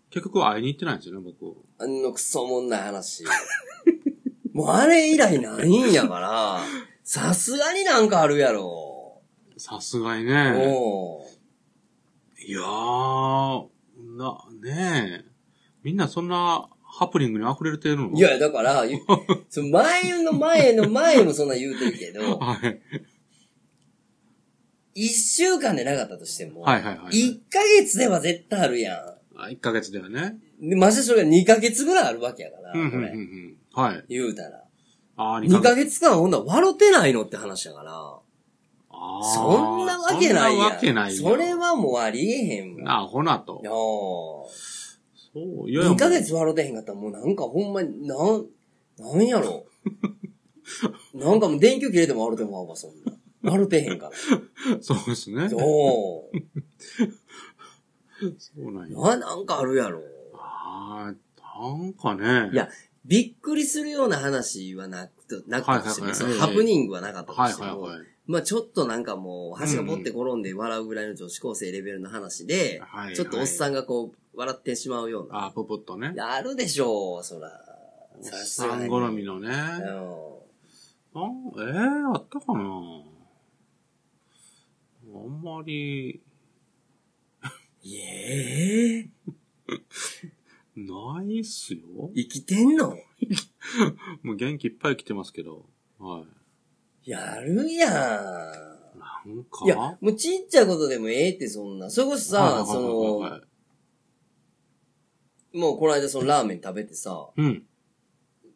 [SPEAKER 2] 結局会いに行ってないんですよね、僕。
[SPEAKER 1] あのクソもんない話。 もうあれ以来ないんやから、さすがになんかあるやろ。
[SPEAKER 2] さすがに
[SPEAKER 1] う
[SPEAKER 2] ね。
[SPEAKER 1] ん。
[SPEAKER 2] いやー、な、ねえ。みんなそんなハプニングに溢れてるの
[SPEAKER 1] いや、だから、 ゆその前の前の前もそんな言うてるけど、
[SPEAKER 2] はい。
[SPEAKER 1] 一週間でなかったとしても、
[SPEAKER 2] はいはいはいはい
[SPEAKER 1] 一ヶ月では絶対あるや
[SPEAKER 2] あ1ヶ月ではね。
[SPEAKER 1] ん。でましてそれが二ヶ月ぐらいあるわけやから、
[SPEAKER 2] うん、うん、
[SPEAKER 1] こ
[SPEAKER 2] うん
[SPEAKER 1] れ。
[SPEAKER 2] うん。はい。
[SPEAKER 1] 言うたら。
[SPEAKER 2] ああ、
[SPEAKER 1] 2ヶ月間ほんなら笑ってないのって話やから。
[SPEAKER 2] あー
[SPEAKER 1] そんなわけないやん。
[SPEAKER 2] そんなわけないよ
[SPEAKER 1] それはもうありえへんもん。
[SPEAKER 2] なあ、ほなと。
[SPEAKER 1] よ
[SPEAKER 2] そう、い
[SPEAKER 1] ー
[SPEAKER 2] やいや
[SPEAKER 1] 2ヶ月笑ってへんかったらもうなんかほんまに、なん、なんや ろ。なんかもう電球切れても笑ってもらうわ、そんな。笑ってへんか
[SPEAKER 2] そうですね
[SPEAKER 1] ら。。よ
[SPEAKER 2] そうなん
[SPEAKER 1] ーな、
[SPEAKER 2] や。
[SPEAKER 1] なんかあるやろ。
[SPEAKER 2] ああ、なんかね。
[SPEAKER 1] いやびっくりするような話はなくて、なくても
[SPEAKER 2] はいはいはい
[SPEAKER 1] そのハプニングはなかったと
[SPEAKER 2] はい
[SPEAKER 1] しても、
[SPEAKER 2] はいはい。
[SPEAKER 1] まあちょっとなんかもう、箸がぼって転んで笑うぐらいの女子高生レベルの話で、
[SPEAKER 2] はいはい
[SPEAKER 1] ちょっとおっさんがこう、笑ってしまうような。
[SPEAKER 2] ああ、ポポッとね。
[SPEAKER 1] あるでしょう、そら。
[SPEAKER 2] おっさん好みのね。
[SPEAKER 1] う
[SPEAKER 2] あ
[SPEAKER 1] ん。
[SPEAKER 2] えー、あったかなあんまり、
[SPEAKER 1] いええ
[SPEAKER 2] ないっすよ。
[SPEAKER 1] 生きてんの
[SPEAKER 2] もう元気いっぱい来てますけど。はい。
[SPEAKER 1] やるや
[SPEAKER 2] なんか
[SPEAKER 1] ん。いや、もうちっちゃいことでもええってそんな。それこそ
[SPEAKER 2] はいはい
[SPEAKER 1] さ、
[SPEAKER 2] はい
[SPEAKER 1] そ
[SPEAKER 2] はい
[SPEAKER 1] の、もうこの間そのラーメン食べてさ、
[SPEAKER 2] うん。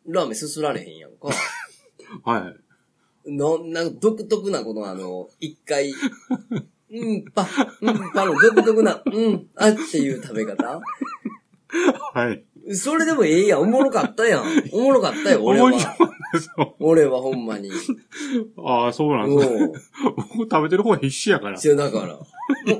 [SPEAKER 1] ラーメンすすられへんやんか。
[SPEAKER 2] はい。
[SPEAKER 1] の、なんか独特なこのあの、一回、 うんぱ、うんぱの独特な、うん、あっていう食べ方
[SPEAKER 2] はい。
[SPEAKER 1] それでもええやん。おもろかったやん。おもろかったよ、俺
[SPEAKER 2] 面白
[SPEAKER 1] は。
[SPEAKER 2] かったですよ。
[SPEAKER 1] 俺はほんまに。
[SPEAKER 2] ああ、そうなんですね。
[SPEAKER 1] うん。
[SPEAKER 2] 僕食べてる方が必死やから。
[SPEAKER 1] そう、だから。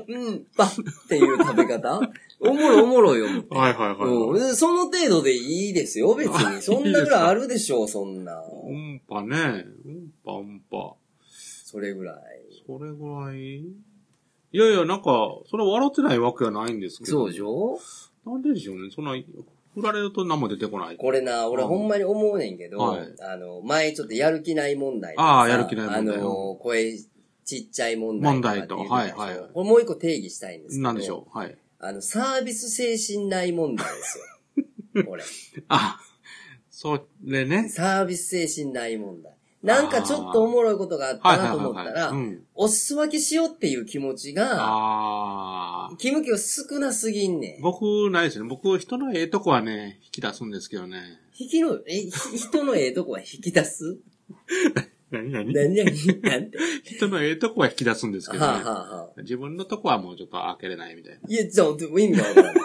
[SPEAKER 1] うん、パッっていう食べ方おもろいおもろいよ。
[SPEAKER 2] はいはいはい。
[SPEAKER 1] うん、その程度でいいです よ、別に。そんなぐらいあるでしょう、そんな。
[SPEAKER 2] うんぱね。うんぱうんぱ。
[SPEAKER 1] それぐらい。
[SPEAKER 2] それぐらいいやいや、なんか、それは笑ってないわけはないんですけど。
[SPEAKER 1] そうでしょ
[SPEAKER 2] なんででしょうね。そんな、振られると何も出てこない。
[SPEAKER 1] これな、俺
[SPEAKER 2] うん
[SPEAKER 1] ほんまに思うねんけど、
[SPEAKER 2] はい
[SPEAKER 1] あの、前ちょっとやる気ない問題と
[SPEAKER 2] あ
[SPEAKER 1] かさ
[SPEAKER 2] あやる気ない問題
[SPEAKER 1] あの、声ちっちゃい問題
[SPEAKER 2] 問題
[SPEAKER 1] と
[SPEAKER 2] と。
[SPEAKER 1] かってう
[SPEAKER 2] はいはい。
[SPEAKER 1] これもう一個定義したいんですけど。
[SPEAKER 2] なんでしょう。はい。
[SPEAKER 1] あの、サービス精神ない問題です よ。これ。
[SPEAKER 2] あ、それね。
[SPEAKER 1] サービス精神ない問題。なんかちょっとおもろいことがあった
[SPEAKER 2] はい
[SPEAKER 1] な
[SPEAKER 2] は
[SPEAKER 1] と
[SPEAKER 2] い
[SPEAKER 1] 思っ
[SPEAKER 2] は
[SPEAKER 1] た
[SPEAKER 2] いはい。
[SPEAKER 1] ら
[SPEAKER 2] う、ん。
[SPEAKER 1] おす分けしようっていう気持ちが、
[SPEAKER 2] ああ。
[SPEAKER 1] 気向きが少なすぎんねん。
[SPEAKER 2] 僕、ないですね。僕、人のええとこはね、引き出すんですけどね。
[SPEAKER 1] 引きの、え、ひ人のええとこは引き出す
[SPEAKER 2] 何何
[SPEAKER 1] 何々なん て。
[SPEAKER 2] 人のええとこは引き出すんです
[SPEAKER 1] は
[SPEAKER 2] け
[SPEAKER 1] あ、
[SPEAKER 2] ど
[SPEAKER 1] は
[SPEAKER 2] ね。
[SPEAKER 1] あはあ、
[SPEAKER 2] 自分のとこはもうちょっと開けれないみたいな。
[SPEAKER 1] いや、じゃあ、でも意味がわからない。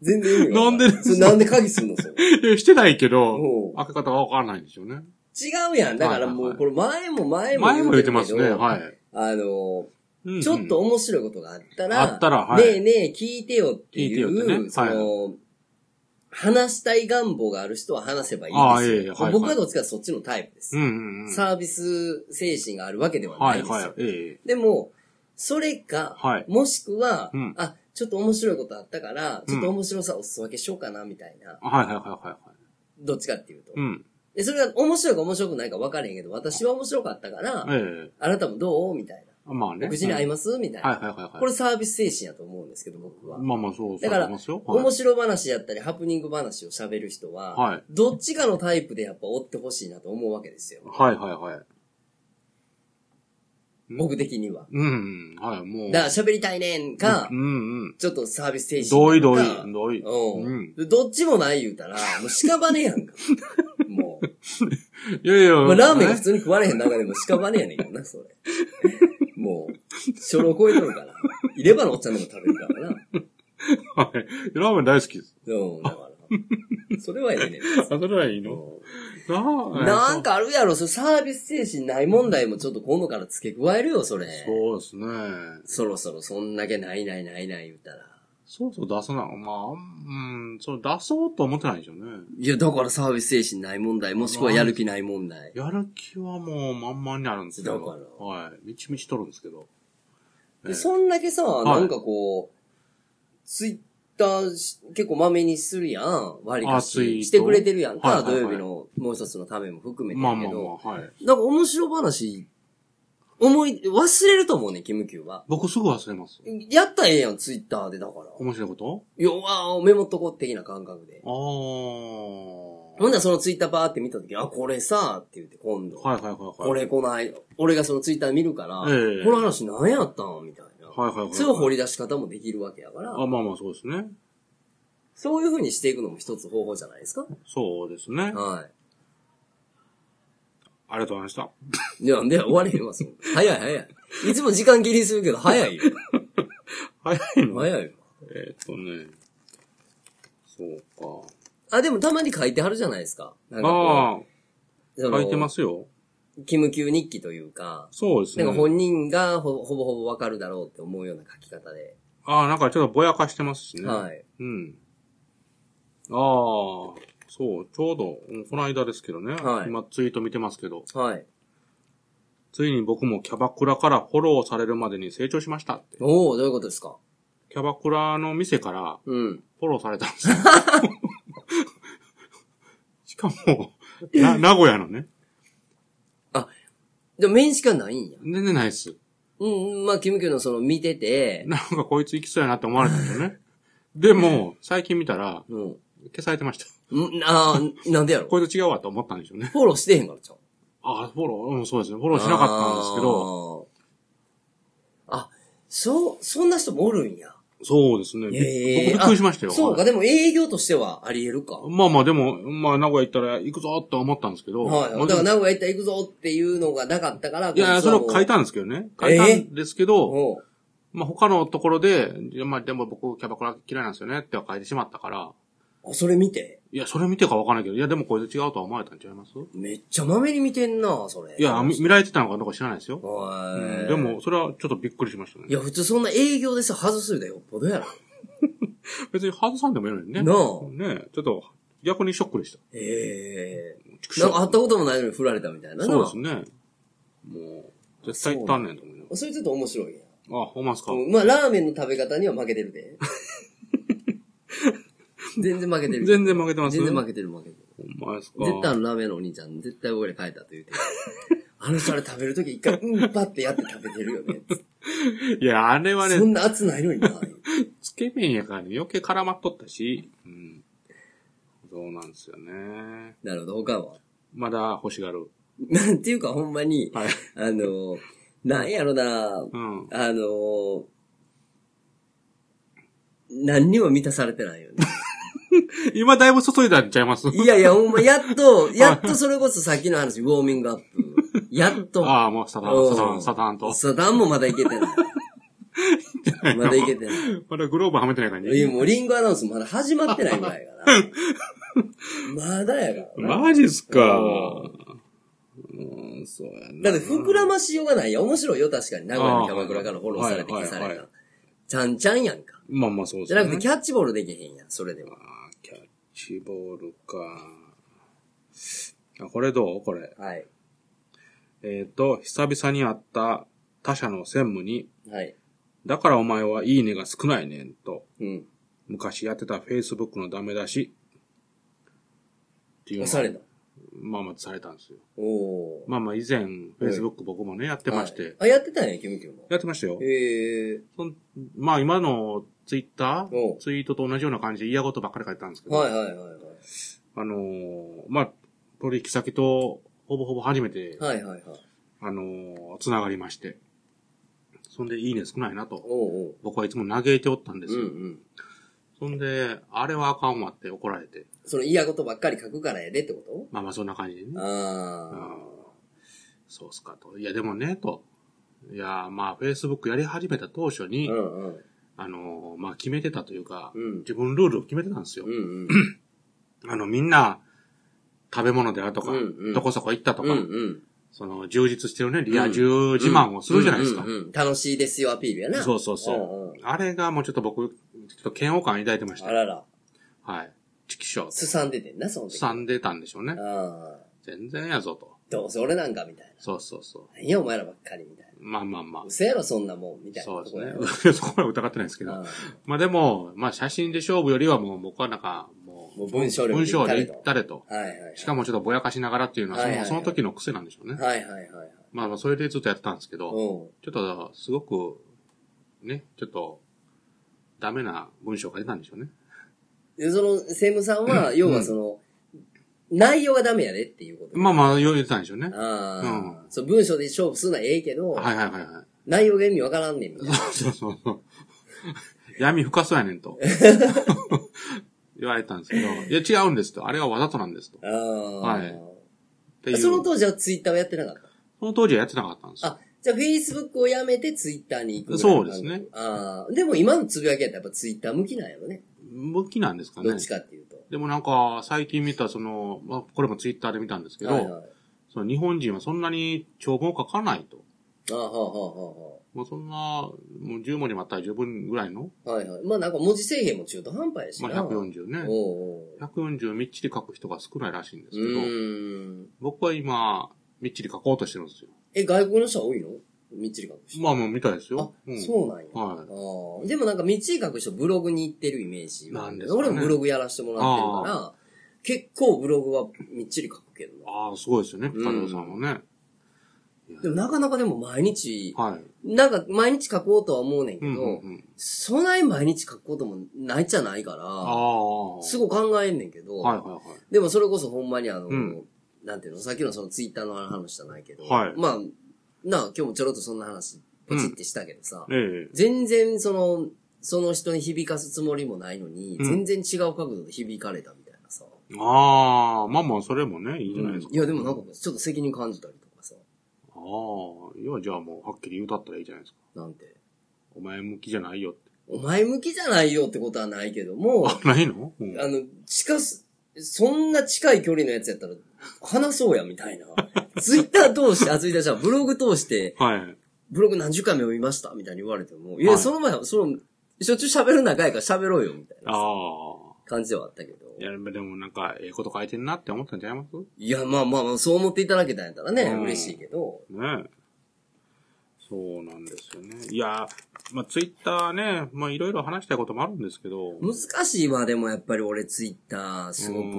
[SPEAKER 1] 全然意味がわから
[SPEAKER 2] なんでです
[SPEAKER 1] それなんで鍵すんの それ。
[SPEAKER 2] いや、してないけ
[SPEAKER 1] お
[SPEAKER 2] ど
[SPEAKER 1] う、
[SPEAKER 2] 開け方がわからないんですよね。
[SPEAKER 1] 違うやん。だからもう、
[SPEAKER 2] はい
[SPEAKER 1] これ前も前も
[SPEAKER 2] 前も言ってますね、
[SPEAKER 1] るけど
[SPEAKER 2] はい。
[SPEAKER 1] あの、
[SPEAKER 2] うんうん
[SPEAKER 1] ちょっと、面白いことがあったら、
[SPEAKER 2] あったらはい
[SPEAKER 1] ねえねえ、聞いてよっていう、
[SPEAKER 2] 聞いてよってね
[SPEAKER 1] その、話したい願望がある人は話せばいいですよ。
[SPEAKER 2] ああいえいえはいはい
[SPEAKER 1] 僕はどっちかというとそっちのタイプです、
[SPEAKER 2] うんうんうん。
[SPEAKER 1] サービス精神があるわけではな
[SPEAKER 2] はいい
[SPEAKER 1] ですよ。
[SPEAKER 2] はい、ええ。
[SPEAKER 1] でも、それか、
[SPEAKER 2] はい
[SPEAKER 1] もしくは、
[SPEAKER 2] うん
[SPEAKER 1] あ、ちょっと面白いことあったから、
[SPEAKER 2] うん
[SPEAKER 1] ちょっと面白さお裾分けしようかな、みたいな。
[SPEAKER 2] はいはいはいはいはい。
[SPEAKER 1] どっちかっていうと。
[SPEAKER 2] うん。
[SPEAKER 1] で、それが面白いか面白くないか分からへんけど、私は面白かったから、
[SPEAKER 2] ええ。
[SPEAKER 1] あなたもどうみたいな。
[SPEAKER 2] まあね。
[SPEAKER 1] お口に合い
[SPEAKER 2] ま
[SPEAKER 1] ますみたいな。
[SPEAKER 2] はいはいはいはい。
[SPEAKER 1] これサービス精神やと思うんですけど、僕は。
[SPEAKER 2] まあまあそう、
[SPEAKER 1] だから
[SPEAKER 2] そう思いますよ。
[SPEAKER 1] 面白話やったり、ハプニング話を喋る人は、
[SPEAKER 2] はい
[SPEAKER 1] どっちかのタイプでやっぱ追ってほしいなと思うわけですよ。
[SPEAKER 2] はいはいはいはい。
[SPEAKER 1] 僕的には。
[SPEAKER 2] うん、はい、もう。
[SPEAKER 1] だから喋りたいねんか、
[SPEAKER 2] うんうん。
[SPEAKER 1] ちょっとサービス精神
[SPEAKER 2] 同意
[SPEAKER 1] な
[SPEAKER 2] 同
[SPEAKER 1] んか
[SPEAKER 2] 意、同意。
[SPEAKER 1] う
[SPEAKER 2] うん
[SPEAKER 1] ん。どっちもない言うたら、もう屍やんか。もう。
[SPEAKER 2] いやいや、
[SPEAKER 1] まあ、ラーメンが
[SPEAKER 2] ね
[SPEAKER 1] 普通に食われへん中でも屍やねんけどな、それ。もう、初老超えとるから。入れ歯のおっちゃんでも食べるからな。
[SPEAKER 2] はいラーメン大好きです。
[SPEAKER 1] うん、だから。それはええねん。う
[SPEAKER 2] あ、それはいいの
[SPEAKER 1] ん
[SPEAKER 2] なあ
[SPEAKER 1] なん。かあるやろ、そのサービス精神ない問題もちょっと今度から付け加えるよ、それ。
[SPEAKER 2] そうですね。
[SPEAKER 1] そろそろそんだけないないないない言うたら。
[SPEAKER 2] そうそう出さない。まあ、うん、そう出そうと思ってないんでしょうね。
[SPEAKER 1] いや、だからサービス精神ない問題、もしくはやる気ない問題。
[SPEAKER 2] やる気はもう満々にあるんですけど。
[SPEAKER 1] だから
[SPEAKER 2] はい。みちみち取るんですけど。え
[SPEAKER 1] で、
[SPEAKER 2] え
[SPEAKER 1] そんだけさ、
[SPEAKER 2] い
[SPEAKER 1] なんかこう、ツイッターし結構まめにするやん。割りか
[SPEAKER 2] あツイー
[SPEAKER 1] し
[SPEAKER 2] ト
[SPEAKER 1] してくれてるやんか、
[SPEAKER 2] はいはいは
[SPEAKER 1] 土
[SPEAKER 2] い
[SPEAKER 1] 曜日のもう一つのためも含めて
[SPEAKER 2] まあ
[SPEAKER 1] やけ
[SPEAKER 2] まあ
[SPEAKER 1] ど。
[SPEAKER 2] まあ、はい。
[SPEAKER 1] なんか面白話、思い、忘れると思うねん、キムキューは。
[SPEAKER 2] 僕すぐ忘れます。
[SPEAKER 1] やったらええやん、ツイッターでだから。
[SPEAKER 2] 面白いこと
[SPEAKER 1] よわメモっとこう的な感覚で。
[SPEAKER 2] あ
[SPEAKER 1] ほん
[SPEAKER 2] あ。
[SPEAKER 1] ならそのツイッターバーって見たとき、あ、これさ、って言って今度。
[SPEAKER 2] はいはいはいはい。
[SPEAKER 1] これこない、俺がそのツイッター見るから、
[SPEAKER 2] ええ
[SPEAKER 1] この話何やったんみたいな。
[SPEAKER 2] はいはいはいはい。
[SPEAKER 1] そういう掘り出し方もできるわけやから、
[SPEAKER 2] あ、まあまあそうですね。
[SPEAKER 1] そういう風にしていくのも一つ方法じゃないですか
[SPEAKER 2] そうですね。
[SPEAKER 1] は
[SPEAKER 2] ありがとうございまし
[SPEAKER 1] いや、なんで終われへんわ、そう。早い早い。いつも時間切りするけど、早いよ。
[SPEAKER 2] た。早いの
[SPEAKER 1] 早いよ。
[SPEAKER 2] えーっとね。そう
[SPEAKER 1] あ、でもたまに書いてはるじゃないですか。なん
[SPEAKER 2] か。
[SPEAKER 1] かこ
[SPEAKER 2] ああ、
[SPEAKER 1] う、その
[SPEAKER 2] 書いてますよ。
[SPEAKER 1] キム級日記というか、
[SPEAKER 2] そうです
[SPEAKER 1] な
[SPEAKER 2] ね
[SPEAKER 1] んか。本人がほほぼほぼわかるだろうって思うような書き方で。
[SPEAKER 2] ああ、なんかちょっとぼやかしてますしね。
[SPEAKER 1] はい。
[SPEAKER 2] うん。ああ、そう、ちょうど、うんこの間ですけどね。
[SPEAKER 1] はい
[SPEAKER 2] 今ツイート見てますけど、
[SPEAKER 1] はい。
[SPEAKER 2] ついに僕もキャバクラからフォローされるまでに成長しましたって。
[SPEAKER 1] おおどういうことですか
[SPEAKER 2] キャバクラの店から
[SPEAKER 1] うん。
[SPEAKER 2] フォローされたんです よ。しかも、な、名古屋のね。
[SPEAKER 1] でも面しかないんや。
[SPEAKER 2] 全然ないっす。
[SPEAKER 1] うんうん、まあ、キム級のその見てて、
[SPEAKER 2] なんかこいつ行きそうやなって思われたんですよね。でも、最近見たら、
[SPEAKER 1] うん。
[SPEAKER 2] 消されてました。
[SPEAKER 1] んああ、なんでやろ
[SPEAKER 2] こいつ違うわと思ったんでしょうね。
[SPEAKER 1] フォローしてへんからちゃう。
[SPEAKER 2] ああ、フォロー、うん、そうですね。フォ
[SPEAKER 1] フ
[SPEAKER 2] ローしなかったんですけど、。
[SPEAKER 1] あ、そう、そんな人もおるんや。
[SPEAKER 2] そうですね。
[SPEAKER 1] ええ
[SPEAKER 2] 僕びっくりしましたよ。
[SPEAKER 1] そうか、
[SPEAKER 2] はい
[SPEAKER 1] でも営業としてはあり得るか。
[SPEAKER 2] まあまあ、でも、まあ、名古屋行ったら行くぞって思ったんですけど、
[SPEAKER 1] はい。だか
[SPEAKER 2] まあで
[SPEAKER 1] ら
[SPEAKER 2] も
[SPEAKER 1] 名古屋行ったら行くぞっていうのがなかったから、
[SPEAKER 2] いやいや、それを書い
[SPEAKER 1] た
[SPEAKER 2] たんですけどね。書いたんですけど、
[SPEAKER 1] おう
[SPEAKER 2] まあ他のところで、いやまあでも僕キャバクラ嫌いなんですよねっては書いてしまったから、
[SPEAKER 1] あ、それ見て。
[SPEAKER 2] いや、それ見てかわかんないけど、いや、でもこれで違うとは思われたんちゃいますい
[SPEAKER 1] めっちゃ豆に見てんな、それ。
[SPEAKER 2] や、見見られてたのかどうか知らないですよ。
[SPEAKER 1] は
[SPEAKER 2] うん
[SPEAKER 1] い。
[SPEAKER 2] で。も、それはちょっとびっくりしました
[SPEAKER 1] い
[SPEAKER 2] ね。
[SPEAKER 1] や、普通そんな営業でさ、外すよりだよっぽどやろ。
[SPEAKER 2] 別に外さんでもいいのにね。
[SPEAKER 1] なあ
[SPEAKER 2] ねちょっと、逆にショックでした。
[SPEAKER 1] ええ
[SPEAKER 2] 畜生
[SPEAKER 1] なんか会ったこともないのに振られたみたいなな。
[SPEAKER 2] そうですね。もう、絶対行ったんねんと思いなが
[SPEAKER 1] それちょっと面白いや。
[SPEAKER 2] らあ、ほんまですか。
[SPEAKER 1] うんまあ、ラーメンの食べ方には負けてる で。全然負けてる。
[SPEAKER 2] 全然負けてます
[SPEAKER 1] 全然負けてる負けてる。
[SPEAKER 2] ほんまですか。
[SPEAKER 1] 絶対あのラーメンのお兄ちゃん、絶対俺変えたと言うて。あの人あれ食べるとき一回、うん、パってやって食べてるよ ね。
[SPEAKER 2] いや、あれは
[SPEAKER 1] そ
[SPEAKER 2] ね、
[SPEAKER 1] んな熱ないのにな。
[SPEAKER 2] つけ麺やからね、余計絡まっとったし、うん。そうなんですよね。
[SPEAKER 1] なるほど、他は。
[SPEAKER 2] まだ欲しがる。
[SPEAKER 1] なんていうか、ほんまに、
[SPEAKER 2] はい。
[SPEAKER 1] あの、なんやろな、
[SPEAKER 2] うん。
[SPEAKER 1] あの、何にも満たされてないよ ね。
[SPEAKER 2] 今だいぶ注いだんちゃいます
[SPEAKER 1] いやいや、ほんま、やっと、やっとそれこそさっきの話、ウォーミングアップ。やっ と。
[SPEAKER 2] ああ、もうサタン、サタン、サタンと。
[SPEAKER 1] サタンもまだいけて ない。まだいけてない。
[SPEAKER 2] まだグローブはめてない感
[SPEAKER 1] いや、
[SPEAKER 2] じ。
[SPEAKER 1] もうリンゴアナウンスまだ始まってないぐらいかな。まだやからな。
[SPEAKER 2] マジっすか。
[SPEAKER 1] う
[SPEAKER 2] うん、そうやな。
[SPEAKER 1] だって膨らましようがないやん。面白いよ、確かに。名古屋のキャバクラからフォローされて
[SPEAKER 2] あー
[SPEAKER 1] 消さ
[SPEAKER 2] はいは
[SPEAKER 1] れ
[SPEAKER 2] いは
[SPEAKER 1] た。ちゃんちゃんやんか。
[SPEAKER 2] まあまあそうで
[SPEAKER 1] じ
[SPEAKER 2] す
[SPEAKER 1] ゃ
[SPEAKER 2] ね。
[SPEAKER 1] なくてキャッチボールできへんやん、それでは。
[SPEAKER 2] あーキャッチボールか。あ、これどうこれ。
[SPEAKER 1] はい。
[SPEAKER 2] えっ、と、久々に会った他社の専務に、
[SPEAKER 1] はい。
[SPEAKER 2] だからお前はいいねが少ないねんと、
[SPEAKER 1] うん。
[SPEAKER 2] 昔やってた Facebook のダメ出し、っていうの
[SPEAKER 1] お
[SPEAKER 2] を
[SPEAKER 1] しゃれだ。
[SPEAKER 2] まあまあされたんですよ。
[SPEAKER 1] おー。
[SPEAKER 2] まあまあ以前、Facebook 僕もね、やってまして、
[SPEAKER 1] はいあ、やってたんや、キムキムも。
[SPEAKER 2] やってましたよ。
[SPEAKER 1] へえ
[SPEAKER 2] そんまあ今の Twitter
[SPEAKER 1] お、う
[SPEAKER 2] ツイートと同じような感じで嫌事ばっかり書いてたんですけど、
[SPEAKER 1] はいはいはいはい。
[SPEAKER 2] あのーまあ、取引先とほぼほぼ初めて、
[SPEAKER 1] はいはいはい。
[SPEAKER 2] あのーつながりまして。そんで、いいね少ないなと。
[SPEAKER 1] おうおう。
[SPEAKER 2] 僕はいつも嘆いておったんです
[SPEAKER 1] うん
[SPEAKER 2] よ。
[SPEAKER 1] うん。
[SPEAKER 2] そんで、あれはあかんわって怒られて。
[SPEAKER 1] その嫌ことばっかり書くからやでってこ
[SPEAKER 2] まあまあそんな感じで
[SPEAKER 1] と
[SPEAKER 2] ね。
[SPEAKER 1] あ
[SPEAKER 2] あそうっすかと。いやでもね、と。いや、まあ Facebook やり始めた当初
[SPEAKER 1] あ。
[SPEAKER 2] に、
[SPEAKER 1] うんうん。
[SPEAKER 2] あのーまあ決めてたというか、
[SPEAKER 1] うん。
[SPEAKER 2] 自分ルールを決めてたんですよ
[SPEAKER 1] う。んうん。
[SPEAKER 2] あの、みんな、食べ物であるとか、
[SPEAKER 1] うんうん
[SPEAKER 2] どこそこ行ったと
[SPEAKER 1] うん
[SPEAKER 2] か、
[SPEAKER 1] うん。
[SPEAKER 2] その充実してるね、リア充自慢をするじゃないですか。
[SPEAKER 1] うんうんうん楽しいですよ、アピールやな。
[SPEAKER 2] そうそうそう。
[SPEAKER 1] んうん
[SPEAKER 2] あれがもうちょっと僕、ちょっと嫌悪感抱いてました
[SPEAKER 1] あ。らら。
[SPEAKER 2] はい。チキショー。
[SPEAKER 1] すさんでてんな、その時。
[SPEAKER 2] すさんでたんでしょうね。
[SPEAKER 1] ああ。
[SPEAKER 2] 全然やぞと。
[SPEAKER 1] どうせ俺なんかみたいな。
[SPEAKER 2] そうそうそ。
[SPEAKER 1] 何や、お前らばっかりみたいう
[SPEAKER 2] まあまあま
[SPEAKER 1] な。
[SPEAKER 2] あ。
[SPEAKER 1] 嘘やろ、そんなもん、みたいな。
[SPEAKER 2] そうです
[SPEAKER 1] とこやろ
[SPEAKER 2] ね。 そこまで疑ってないですけど。
[SPEAKER 1] ああ
[SPEAKER 2] まあでも、まあ写真で勝負よりはもう僕はなんか、もう、
[SPEAKER 1] もう文章力
[SPEAKER 2] 文章
[SPEAKER 1] で
[SPEAKER 2] で
[SPEAKER 1] い
[SPEAKER 2] い
[SPEAKER 1] っ
[SPEAKER 2] ったたれと。
[SPEAKER 1] はいはいはい。
[SPEAKER 2] しかもちょっとぼやかしながらっていうのは、そ
[SPEAKER 1] はいはい
[SPEAKER 2] の
[SPEAKER 1] はい
[SPEAKER 2] その時の癖なんでしょうね。
[SPEAKER 1] はいはいはいはい。
[SPEAKER 2] まあまあ、それでずっとやってたんですけど、
[SPEAKER 1] うん。
[SPEAKER 2] ちょっと、すごく、ね、ちょっと、ダメな文章が出たんでしょうね。
[SPEAKER 1] で、その、セムさんは、要はその、内容がダメやでっていうこと。
[SPEAKER 2] まあまあ、言ってたんでしょうね。
[SPEAKER 1] ああ、
[SPEAKER 2] う
[SPEAKER 1] そう、文章で勝負するのはええけど、
[SPEAKER 2] はいはいはいはい。
[SPEAKER 1] 内容が意味わからんねん、みたいな。
[SPEAKER 2] そうそうそう。闇深そうやね んと。言われたんですけど、いや違うんですと。あれはわざとなんですと。
[SPEAKER 1] ああ。
[SPEAKER 2] はいていう。
[SPEAKER 1] その当時はツイッターはやってなかった。
[SPEAKER 2] その当時はやってなかったんですよ。
[SPEAKER 1] あ、じゃあ Facebook をやめてツイッターに行くぐらい
[SPEAKER 2] そうですね。
[SPEAKER 1] ああ、でも今のつぶやきやったらやっぱツイッター向きなんやろね。
[SPEAKER 2] 武器なんですかね
[SPEAKER 1] どっ。ちかっていうと。
[SPEAKER 2] でもなんか、最近見た、その、まあ、これもツイッターで見たんですけど、
[SPEAKER 1] はいはい。
[SPEAKER 2] その日本人はそんなに長文を書かないと。
[SPEAKER 1] ああ、はあ、は
[SPEAKER 2] まあ、そんな、もう10文にまったら十分ぐらいの、
[SPEAKER 1] あ、はあ。はいはい。まあなんか文字制限も中途半端やし
[SPEAKER 2] ま
[SPEAKER 1] な。
[SPEAKER 2] あ、140ね。
[SPEAKER 1] おうおう。
[SPEAKER 2] 140みっちり書く人が少ないらしいんです
[SPEAKER 1] う
[SPEAKER 2] けど、
[SPEAKER 1] ーん。
[SPEAKER 2] 僕は今、みっちり書こうとしてるんですよ。
[SPEAKER 1] え、外国の人は多いのみっちり書く人。
[SPEAKER 2] まあもう見たいです
[SPEAKER 1] あ
[SPEAKER 2] よ。、
[SPEAKER 1] そうなんや。
[SPEAKER 2] はい
[SPEAKER 1] あーでもなんか、道に書く人ブログに行ってるイメージ。
[SPEAKER 2] なんですかね
[SPEAKER 1] 俺もブログやらせてもらってるから、結構ブログはみっちり書くけどな。
[SPEAKER 2] ああ、すごいですよね、ピカルドさんもね。
[SPEAKER 1] でもなかなかでも毎日、
[SPEAKER 2] はい。
[SPEAKER 1] なんか毎日書こうとは思うねんけど、
[SPEAKER 2] うんうんうん。
[SPEAKER 1] そない毎日書くこともないじゃないから、
[SPEAKER 2] ああ。
[SPEAKER 1] すごい考えんねんけど、
[SPEAKER 2] はいはいはい。
[SPEAKER 1] でもそれこそほんまにあの、
[SPEAKER 2] うん
[SPEAKER 1] なんていうの、さっきのそのツイッターの話じゃないけど、
[SPEAKER 2] はい
[SPEAKER 1] まあ、なあ、今日もちょろっとそんな話、ポチってしたけどさ、
[SPEAKER 2] ええ
[SPEAKER 1] 全然その、その人に響かすつもりもないのに、
[SPEAKER 2] う
[SPEAKER 1] 全
[SPEAKER 2] ん
[SPEAKER 1] 然違う角度で響かれたみたいなさ。
[SPEAKER 2] ああ、まあまあ、それもね、いいじゃないですか。
[SPEAKER 1] いやでもなんかちょっと責任感じたりとかさ、
[SPEAKER 2] ああ、要はじゃあもう、はっきり言うたったらいいじゃないですか。
[SPEAKER 1] なんて。
[SPEAKER 2] お前向きじゃないよって。
[SPEAKER 1] お前向きじゃないよってことはないけど も、
[SPEAKER 2] あ、ないの、うん
[SPEAKER 1] あの、近す、そんな近い距離のやつやったら、話そうやみたい な。ツイッター通して、あ、ツイッターじゃんブログ通して、
[SPEAKER 2] はい。
[SPEAKER 1] ブログ何十回も読みましたみたいに言われても、いや、
[SPEAKER 2] はい
[SPEAKER 1] その前は、その、しょっちゅう喋る仲やから喋ろうよみたい
[SPEAKER 2] あ
[SPEAKER 1] な
[SPEAKER 2] あ。
[SPEAKER 1] 感じではあったけど。
[SPEAKER 2] いや、でもなんか、ええこと書いてんなって思ったんちゃいます
[SPEAKER 1] いや、まあまあまあ、そう思っていただけたんやったらね、
[SPEAKER 2] うん
[SPEAKER 1] 嬉しいけど。
[SPEAKER 2] ねえ。そうなんですよね。いや、まあ、ツイッターね、まあ、いろいろ話したいこともあるんですけど、
[SPEAKER 1] 難しいわ、でもやっぱり俺ツイッター、すご
[SPEAKER 2] うん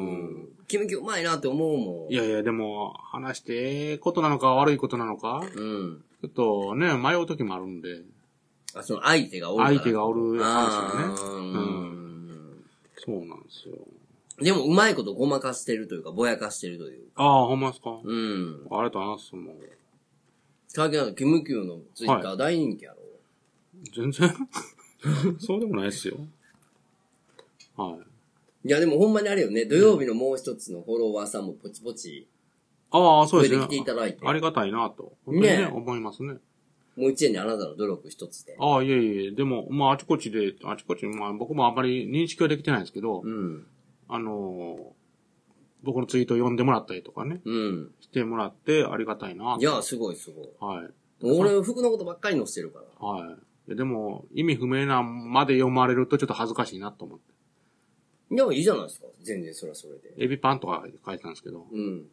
[SPEAKER 1] く、キムキうまいなって思うもん。
[SPEAKER 2] いやいや、でも、話してええことなのか悪いことなのか、
[SPEAKER 1] うん。
[SPEAKER 2] ちょっとね、迷う時もあるんで、
[SPEAKER 1] あ、その相手がおるから。
[SPEAKER 2] 相手がおる話
[SPEAKER 1] あ
[SPEAKER 2] ね。
[SPEAKER 1] ーうん。
[SPEAKER 2] そうなんですよ。
[SPEAKER 1] でも、うまいことごまかしてるというか、ぼやかしてるという。
[SPEAKER 2] ああ、ほんまですか、
[SPEAKER 1] うん。
[SPEAKER 2] ありがとうございます、もう。
[SPEAKER 1] 最近なんか、キムキューのツイッター大人気やろ。
[SPEAKER 2] 全然 そうでもないですよ。はい。
[SPEAKER 1] い、や、でもほんまにあれよね、土曜日のもう一つのフォロワーさんもポチポチ
[SPEAKER 2] ああ、そ
[SPEAKER 1] 増
[SPEAKER 2] う
[SPEAKER 1] え
[SPEAKER 2] です
[SPEAKER 1] て
[SPEAKER 2] ね。
[SPEAKER 1] きていただいて、
[SPEAKER 2] ありがたいなと。本当にね、
[SPEAKER 1] ねえ
[SPEAKER 2] 思いますね。
[SPEAKER 1] もう一年にあなたの努力一つで。
[SPEAKER 2] ああ、いえいえ、でも、まあ、あちこちで、あちこち、まあ、僕もあんまり認識はできてないんですけど、
[SPEAKER 1] うん。
[SPEAKER 2] あのー僕のツイートを読んでもらったりとかね、
[SPEAKER 1] うん。。
[SPEAKER 2] してもらってありがたいない
[SPEAKER 1] や、すごいすごい。
[SPEAKER 2] はい。
[SPEAKER 1] 俺、服のことばっかり載せてるから。
[SPEAKER 2] はいいや。でも、意味不明なまで読まれるとちょっと恥ずかしいなと思って。
[SPEAKER 1] いや、いいじゃないですか。全然、それはそれで。
[SPEAKER 2] エビパンとか書いてたんですけど、
[SPEAKER 1] うん。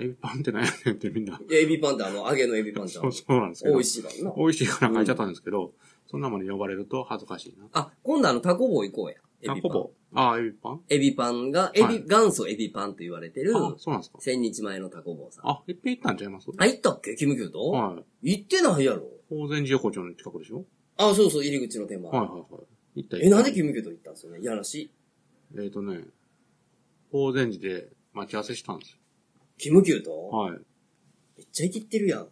[SPEAKER 2] エビパンって何やねんってみんな。
[SPEAKER 1] いやエビパンってあの、揚げのエビパンちゃ
[SPEAKER 2] そ
[SPEAKER 1] ん
[SPEAKER 2] う。そうなんですけ
[SPEAKER 1] 美
[SPEAKER 2] ど
[SPEAKER 1] 味。しいからな。
[SPEAKER 2] 美味しいから書いちゃったんですけど、そんなものに呼ばれると恥ずかしいな。
[SPEAKER 1] あ、今度あの、タコボー行こうや。エ
[SPEAKER 2] あ、
[SPEAKER 1] ビ
[SPEAKER 2] ほ
[SPEAKER 1] パン
[SPEAKER 2] ぼ。。ああ、エビパン
[SPEAKER 1] エビパンが、エビ、
[SPEAKER 2] はい
[SPEAKER 1] 元祖エビパンと言われてる、
[SPEAKER 2] あそうなんですか。
[SPEAKER 1] 千日前のタコボーさん。
[SPEAKER 2] あ、一品行ったんちゃいます
[SPEAKER 1] あ、行ったっけキムキューと、
[SPEAKER 2] はい。
[SPEAKER 1] 行ってないやろ。
[SPEAKER 2] 宝善寺横丁の近くでしょ
[SPEAKER 1] あ、そうそう、入り口の手前。
[SPEAKER 2] はいはいはい。行った
[SPEAKER 1] え、なん
[SPEAKER 2] 行
[SPEAKER 1] で
[SPEAKER 2] っ
[SPEAKER 1] キムキューと行ったんですよねいやらし。
[SPEAKER 2] たえっ、とね、宝善寺で待ち合わせしたんですよ。
[SPEAKER 1] キムキューと、
[SPEAKER 2] はい。
[SPEAKER 1] めっちゃ生きってるやん。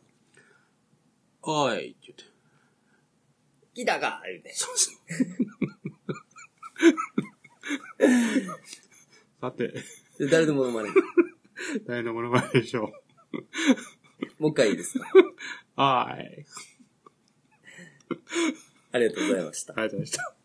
[SPEAKER 2] おいって言って。
[SPEAKER 1] 来たか言うて。
[SPEAKER 2] そうそう。さて、
[SPEAKER 1] で誰でも飲まれる。
[SPEAKER 2] 誰のものまねでしょう。
[SPEAKER 1] もう一回いいですか
[SPEAKER 2] はい。
[SPEAKER 1] ありがとうございました。
[SPEAKER 2] ありがとうございました。